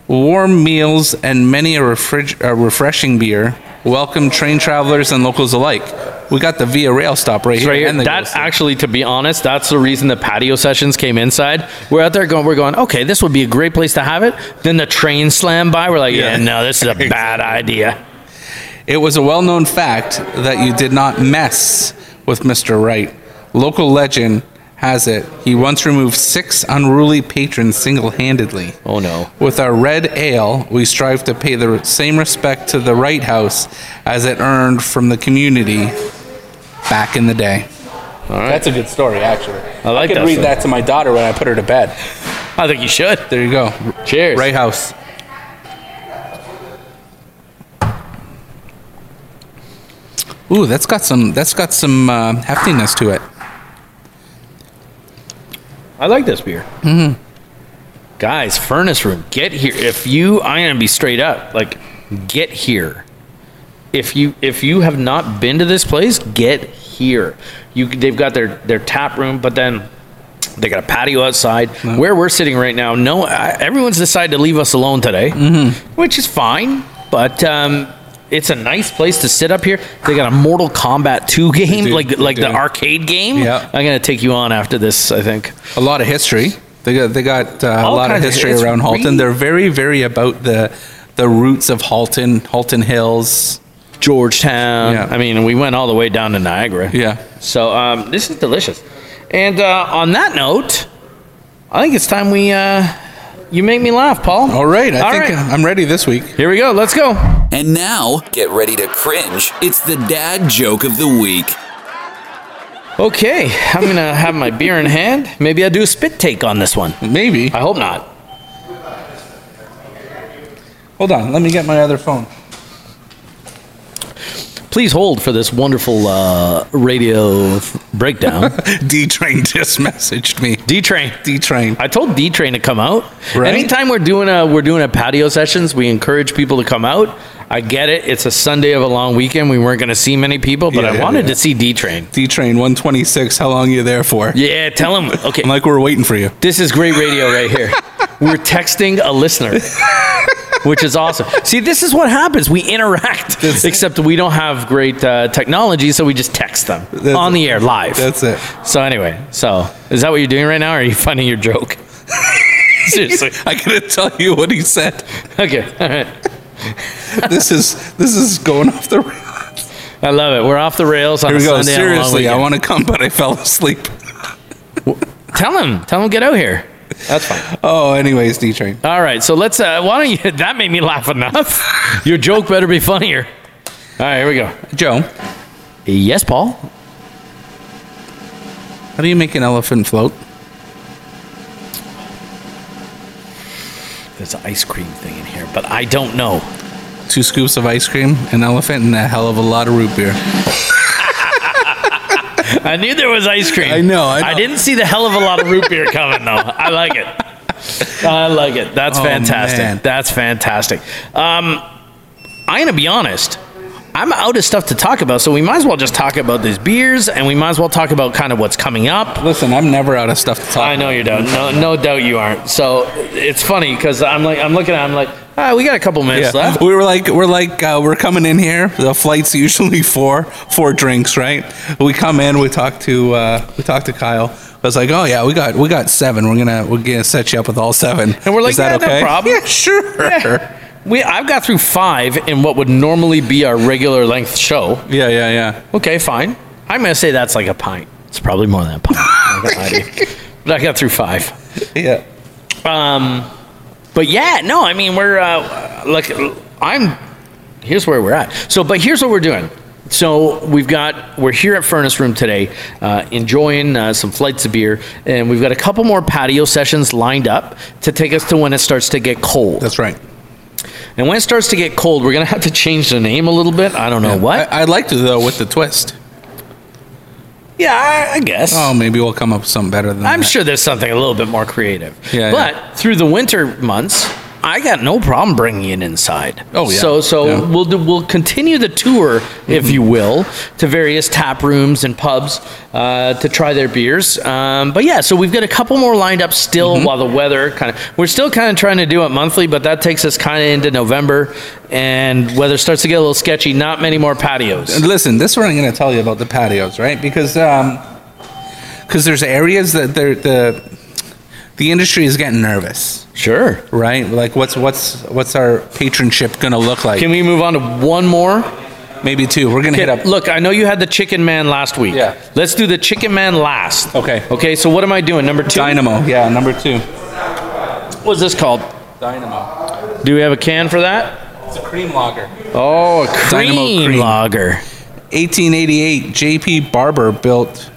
C: Warm meals and many a, refrig- a refreshing beer welcomed train travelers and locals alike. We got the Via Rail stop right
B: it's
C: here.
B: right here.
C: and the
B: That
C: Gold State.
B: actually, to be honest, that's the reason the patio sessions came inside. We're out there going, we're going, okay, this would be a great place to have it. Then the train slammed by. We're like, yeah,
C: Yeah.
B: no, this is a bad idea.
C: It was a well known fact that you did not mess with Mr. Wright. Local legend has it he once removed six unruly patrons single handedly.
B: Oh no.
C: With our red ale, we strive to pay the same respect to the Wright House as it earned from the community back in the day. That's a good story, actually. I
B: like
C: could
B: that
C: read
B: story.
C: that to my daughter when I put her to bed.
B: I think you should.
C: There you go.
B: Cheers.
C: Wright House. Ooh, that's got some. That's got some uh, heftiness to it.
B: I like this beer. Mm-hmm. Guys, furnace room, get here. If you, I'm gonna be straight up. Like, get here. If you if you have not been to this place, get here. You they've got their their tap room, but then they got a patio outside. Where we're sitting right now, no, I, everyone's decided to leave us alone today,
C: Mm-hmm.
B: which is fine. But um, it's a nice place to sit up here. They got a Mortal Kombat 2 game,
C: do,
B: like
C: they
B: like the
C: do.
B: arcade game.
C: Yeah.
B: I'm gonna take you on after this. I think.
C: A lot of history. They got they got uh, a
B: All
C: lot of
B: kinds of
C: history
B: history.
C: around Halton. They're very very about the the roots of Halton, Halton Hills.
B: Georgetown.
C: Yeah.
B: I mean, we went all the way down to Niagara.
C: Yeah.
B: So um, this is delicious. And uh, on that note, I think it's time we. Uh, you make me laugh, Paul.
C: All right, I
B: All
C: think uh,
B: right.
C: I'm ready this week.
B: Here we go. Let's go.
A: And now, get ready to cringe. It's the dad joke of the week.
B: Okay, I'm gonna have my beer in hand. Maybe I do a spit take on this one.
C: Maybe.
B: I hope not.
C: Hold on, let me get my other phone.
B: Please hold for this wonderful uh, radio breakdown.
C: D Train just messaged me.
B: D train.
C: D Train.
B: I told D Train to come out.
C: Right?
B: Anytime we're doing a we're doing a patio sessions, we encourage people to come out. I get it. It's a Sunday of a long weekend. We weren't going to see many people, but
C: Yeah,
B: I
C: yeah,
B: wanted
C: yeah.
B: to see D Train.
C: D Train 126. How long you there for?
B: Yeah, tell him. Okay,
C: I'm like we're waiting for you.
B: this is great radio right here. We're texting a listener, which is awesome. See, this is what happens. We interact, except we don't have great uh, technology, so we just text them
C: That's
B: on
C: it.
B: the air live.
C: That's it.
B: so anyway, so is that what you're doing right now? Or are you finding your joke? Seriously.
C: I gotta tell you what he said.
B: Okay. All right.
C: This is this is going off the rails.
B: I love it. We're off the rails on
C: Here
B: a
C: we go.
B: Sunday.
C: Seriously, I want to come, but I fell asleep.
B: to tell him. Tell him get out here. That's fine.
C: Oh, anyways, D Train.
B: All right. So let's. Uh, why don't you? That made me laugh enough. Your joke better be funnier. All right. Here we go.
C: Joe,
B: Yes, Paul.
C: how do you make an elephant float?
B: There's an ice cream thing in here, but I don't know.
C: Two scoops of ice cream, an elephant, and a hell of a lot of root beer.
B: I knew there was ice cream.
C: I know, I know.
B: didn't see the hell of a lot of root beer coming though. I like it. I like it. That's
C: Oh,
B: fantastic.
C: man.
B: That's fantastic. Um, I'm gonna be honest. I'm out of stuff to talk about, so we might as well just talk about these beers, and we might as well talk about kind of what's coming up.
C: Listen, I'm never out of stuff to talk.
B: I know you don't. No, no doubt you aren't. So it's funny because I'm like, I'm looking at, I'm like, ah, we got a couple minutes
C: Yeah.
B: left.
C: We were like, we're like, uh, we're coming in here. The flight's usually four, four drinks, right? We come in, we talk to, uh, we talk to Kyle. I was like, oh yeah, we got, we got seven. We're gonna, we're gonna set you up with all seven.
B: And we're like,
C: Is that
B: "Yeah, no
C: okay?
B: problem."
C: Yeah, sure. Yeah.
B: We, I've got through five in what would normally be our regular length show.
C: yeah, yeah,
B: Okay, fine. I'm gonna say that's like a pint. It's probably more than a pint. I got no idea. but I got through five.
C: Yeah.
B: Um, but yeah, no, I mean we're uh, like I'm. Here's where we're at. So, but here's what we're doing. So we've got we're here at Furnace Room today, uh, enjoying uh, some flights of beer, and we've got a couple more patio sessions lined up to take us to when it starts to get cold.
C: That's right.
B: And when it starts to get cold, we're gonna have to change the name a little bit. I don't know what.
C: I, I liked it though with the twist.
B: yeah, I, I guess.
C: Oh, maybe we'll come up with something better than
B: I'm
C: that.
B: sure there's something a little bit more creative.
C: Yeah,
B: but
C: yeah.
B: through the winter months, I got no problem bringing it inside.
C: Oh, yeah.
B: So so
C: Yeah. Mm-hmm.
B: we'll do, we'll continue the tour, if you will, to various tap rooms and pubs uh, to try their beers. Um, but yeah, so we've got a couple more lined up still
C: Mm-hmm.
B: while the weather kind of. We're still kind of trying to do it monthly, but that takes us kind of into November, and weather starts to get a little sketchy. Not many more patios.
C: Listen, this is what I'm going to tell you about the patios, right? Because um, cause there's areas that they're, the the industry is getting nervous,
B: Sure.
C: right? Like, what's what's what's our patronship going to look like?
B: Can we move on to one more?
C: Maybe two. We're going to hit
B: Okay,
C: up.
B: Look, I know you had the chicken man last week.
C: Yeah.
B: Let's do the chicken man last.
C: Okay.
B: Okay, so what am I doing? Number two.
C: Dynamo. Yeah, number two.
B: What's this called?
C: Dynamo.
B: Do we have a can for that?
C: It's a cream lager.
B: Oh, a cream,
C: Dynamo cream.
B: lager.
C: 1888, J.P. Barber built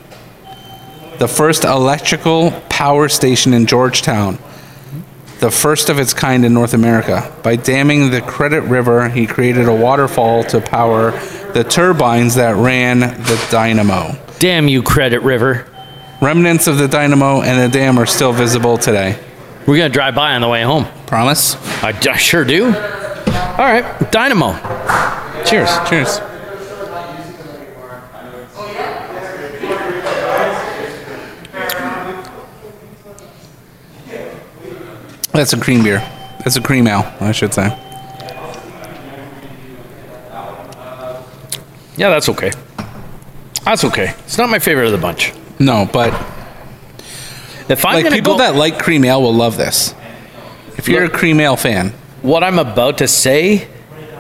C: the first electrical power station in Georgetown, the first of its kind in North America. By damming the Credit River, he created a waterfall to power the turbines that ran the dynamo.
B: Damn you, Credit River.
C: Remnants of the dynamo and the dam are still visible today.
B: We're going to drive by on the way home.
C: Promise?
B: I, d- I sure do. All right, Dynamo. Cheers.
C: Cheers. That's a cream beer. That's a cream ale, I should say.
B: Yeah, that's okay. That's okay. It's not my favorite of the bunch.
C: No, but
B: If I'm
C: like
B: gonna
C: people
B: go,
C: that like cream ale will love this. If you're
B: Look-
C: a cream ale fan,
B: what I'm about to say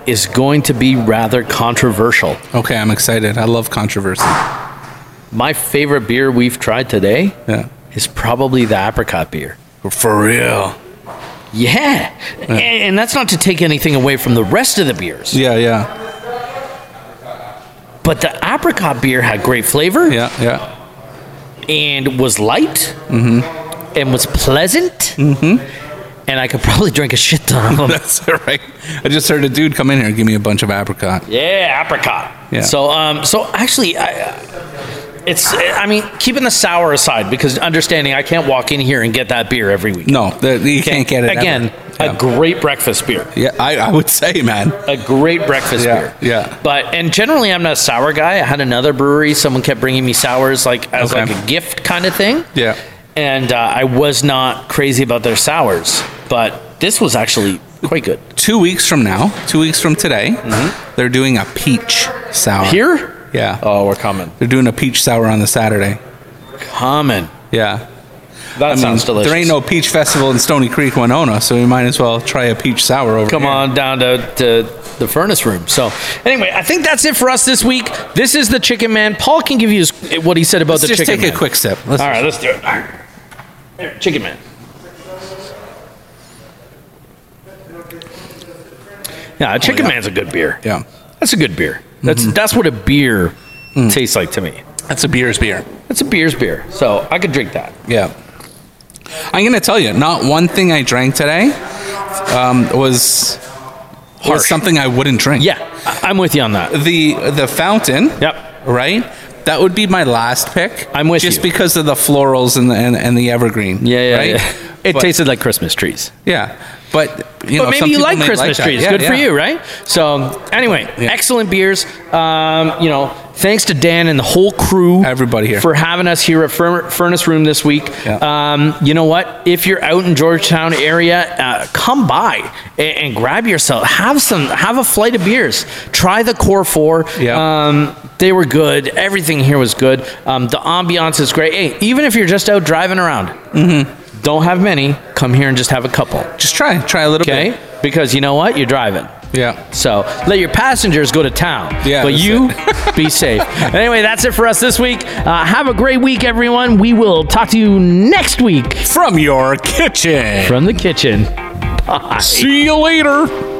B: is going to be rather controversial.
C: okay, I'm excited. I love controversy.
B: My favorite beer we've tried today
C: Yeah.
B: is probably the apricot beer.
C: For real.
B: Yeah. And, and that's not to take anything away from the rest of the beers.
C: Yeah, yeah.
B: But the apricot beer had great flavor
C: Yeah, yeah.
B: and was light
C: Mm-hmm.
B: and was pleasant. And I could probably drink a shit ton of them.
C: That's all right. I just heard a dude come in here and give me a bunch of apricot.
B: yeah, apricot.
C: Yeah.
B: So, um, so actually, I, it's, I mean, keeping the sour aside because understanding I can't walk in here and get that beer every week.
C: No, that- you can't get it ever.
B: Again,
C: Yeah.
B: a great breakfast beer.
C: Yeah, I, I would say, man.
B: a great breakfast
C: Yeah,
B: beer.
C: yeah.
B: But and generally, I'm not a sour guy. I had another brewery. Someone kept bringing me sours, like as
C: Okay.
B: like a gift kind of thing.
C: Yeah.
B: And uh, I was not crazy about their sours, but this was actually quite good.
C: Two weeks from now, two weeks from today, they're doing a peach sour.
B: Mm-hmm. Here?
C: Yeah.
B: Oh, we're coming.
C: They're doing a peach sour on the Saturday.
B: Coming.
C: Yeah.
B: That sounds delicious.
C: There ain't no peach festival in Stony Creek, Winona, so we might as well try a peach sour over
B: Come
C: here.
B: on down to, to the furnace room. So, anyway, I think that's it for us this week. This is the Chicken Man. Paul can give you his, what he said about
C: Let's
B: the
C: just
B: Chicken
C: take
B: Man.
C: a quick sip. Let's
B: All right, let's do it. All right. Here, Chicken Man. Oh, Yeah, Mm-hmm. a Chicken
C: yeah.
B: Man's a good beer.
C: Yeah.
B: That's a good beer. That's that's what a beer tastes like to me.
C: That's a beer's beer.
B: That's a beer's beer. So I could drink that.
C: Yeah. I'm going to tell you, not one thing I drank today um, was, was
B: Harsh.
C: something I wouldn't drink.
B: Yeah, I- I'm with you on that.
C: the the fountain.
B: Yep.
C: Right. That would be my last pick.
B: I'm with
C: just
B: you.
C: because of the florals and the, and, and the evergreen.
B: Yeah, yeah.
C: right?
B: yeah. It
C: But-
B: tasted like Christmas trees.
C: Yeah, but you know,
B: but
C: some
B: maybe you
C: people
B: like
C: may
B: Christmas
C: that.
B: trees.
C: Yeah,
B: Good for
C: yeah.
B: you, right? So anyway,
C: Yeah.
B: excellent beers. Um, you know, thanks to Dan and the whole crew,
C: Everybody here.
B: for having us here at Fur- Furnace Room this week.
C: Yeah.
B: Um, you know what? If you're out in Georgetown area, uh, come by a- and, grab yourself. Have some. Have a flight of beers. Try the Core Four.
C: Yeah.
B: Um, they were good. Everything here was good. Um, the ambiance is great. Hey, even if you're just out driving around,
C: Mm-hmm.
B: don't have many. Come here and just have a couple.
C: Just try, try a little
B: Okay? Because you know what? You're driving.
C: bit. Yeah.
B: So let your passengers go to town.
C: Yeah,
B: but
C: that's
B: you be safe. Anyway, that's it for us this week. Uh, have a great week, everyone. We will talk to you next week
C: From your kitchen.
B: from the kitchen.
C: See you later.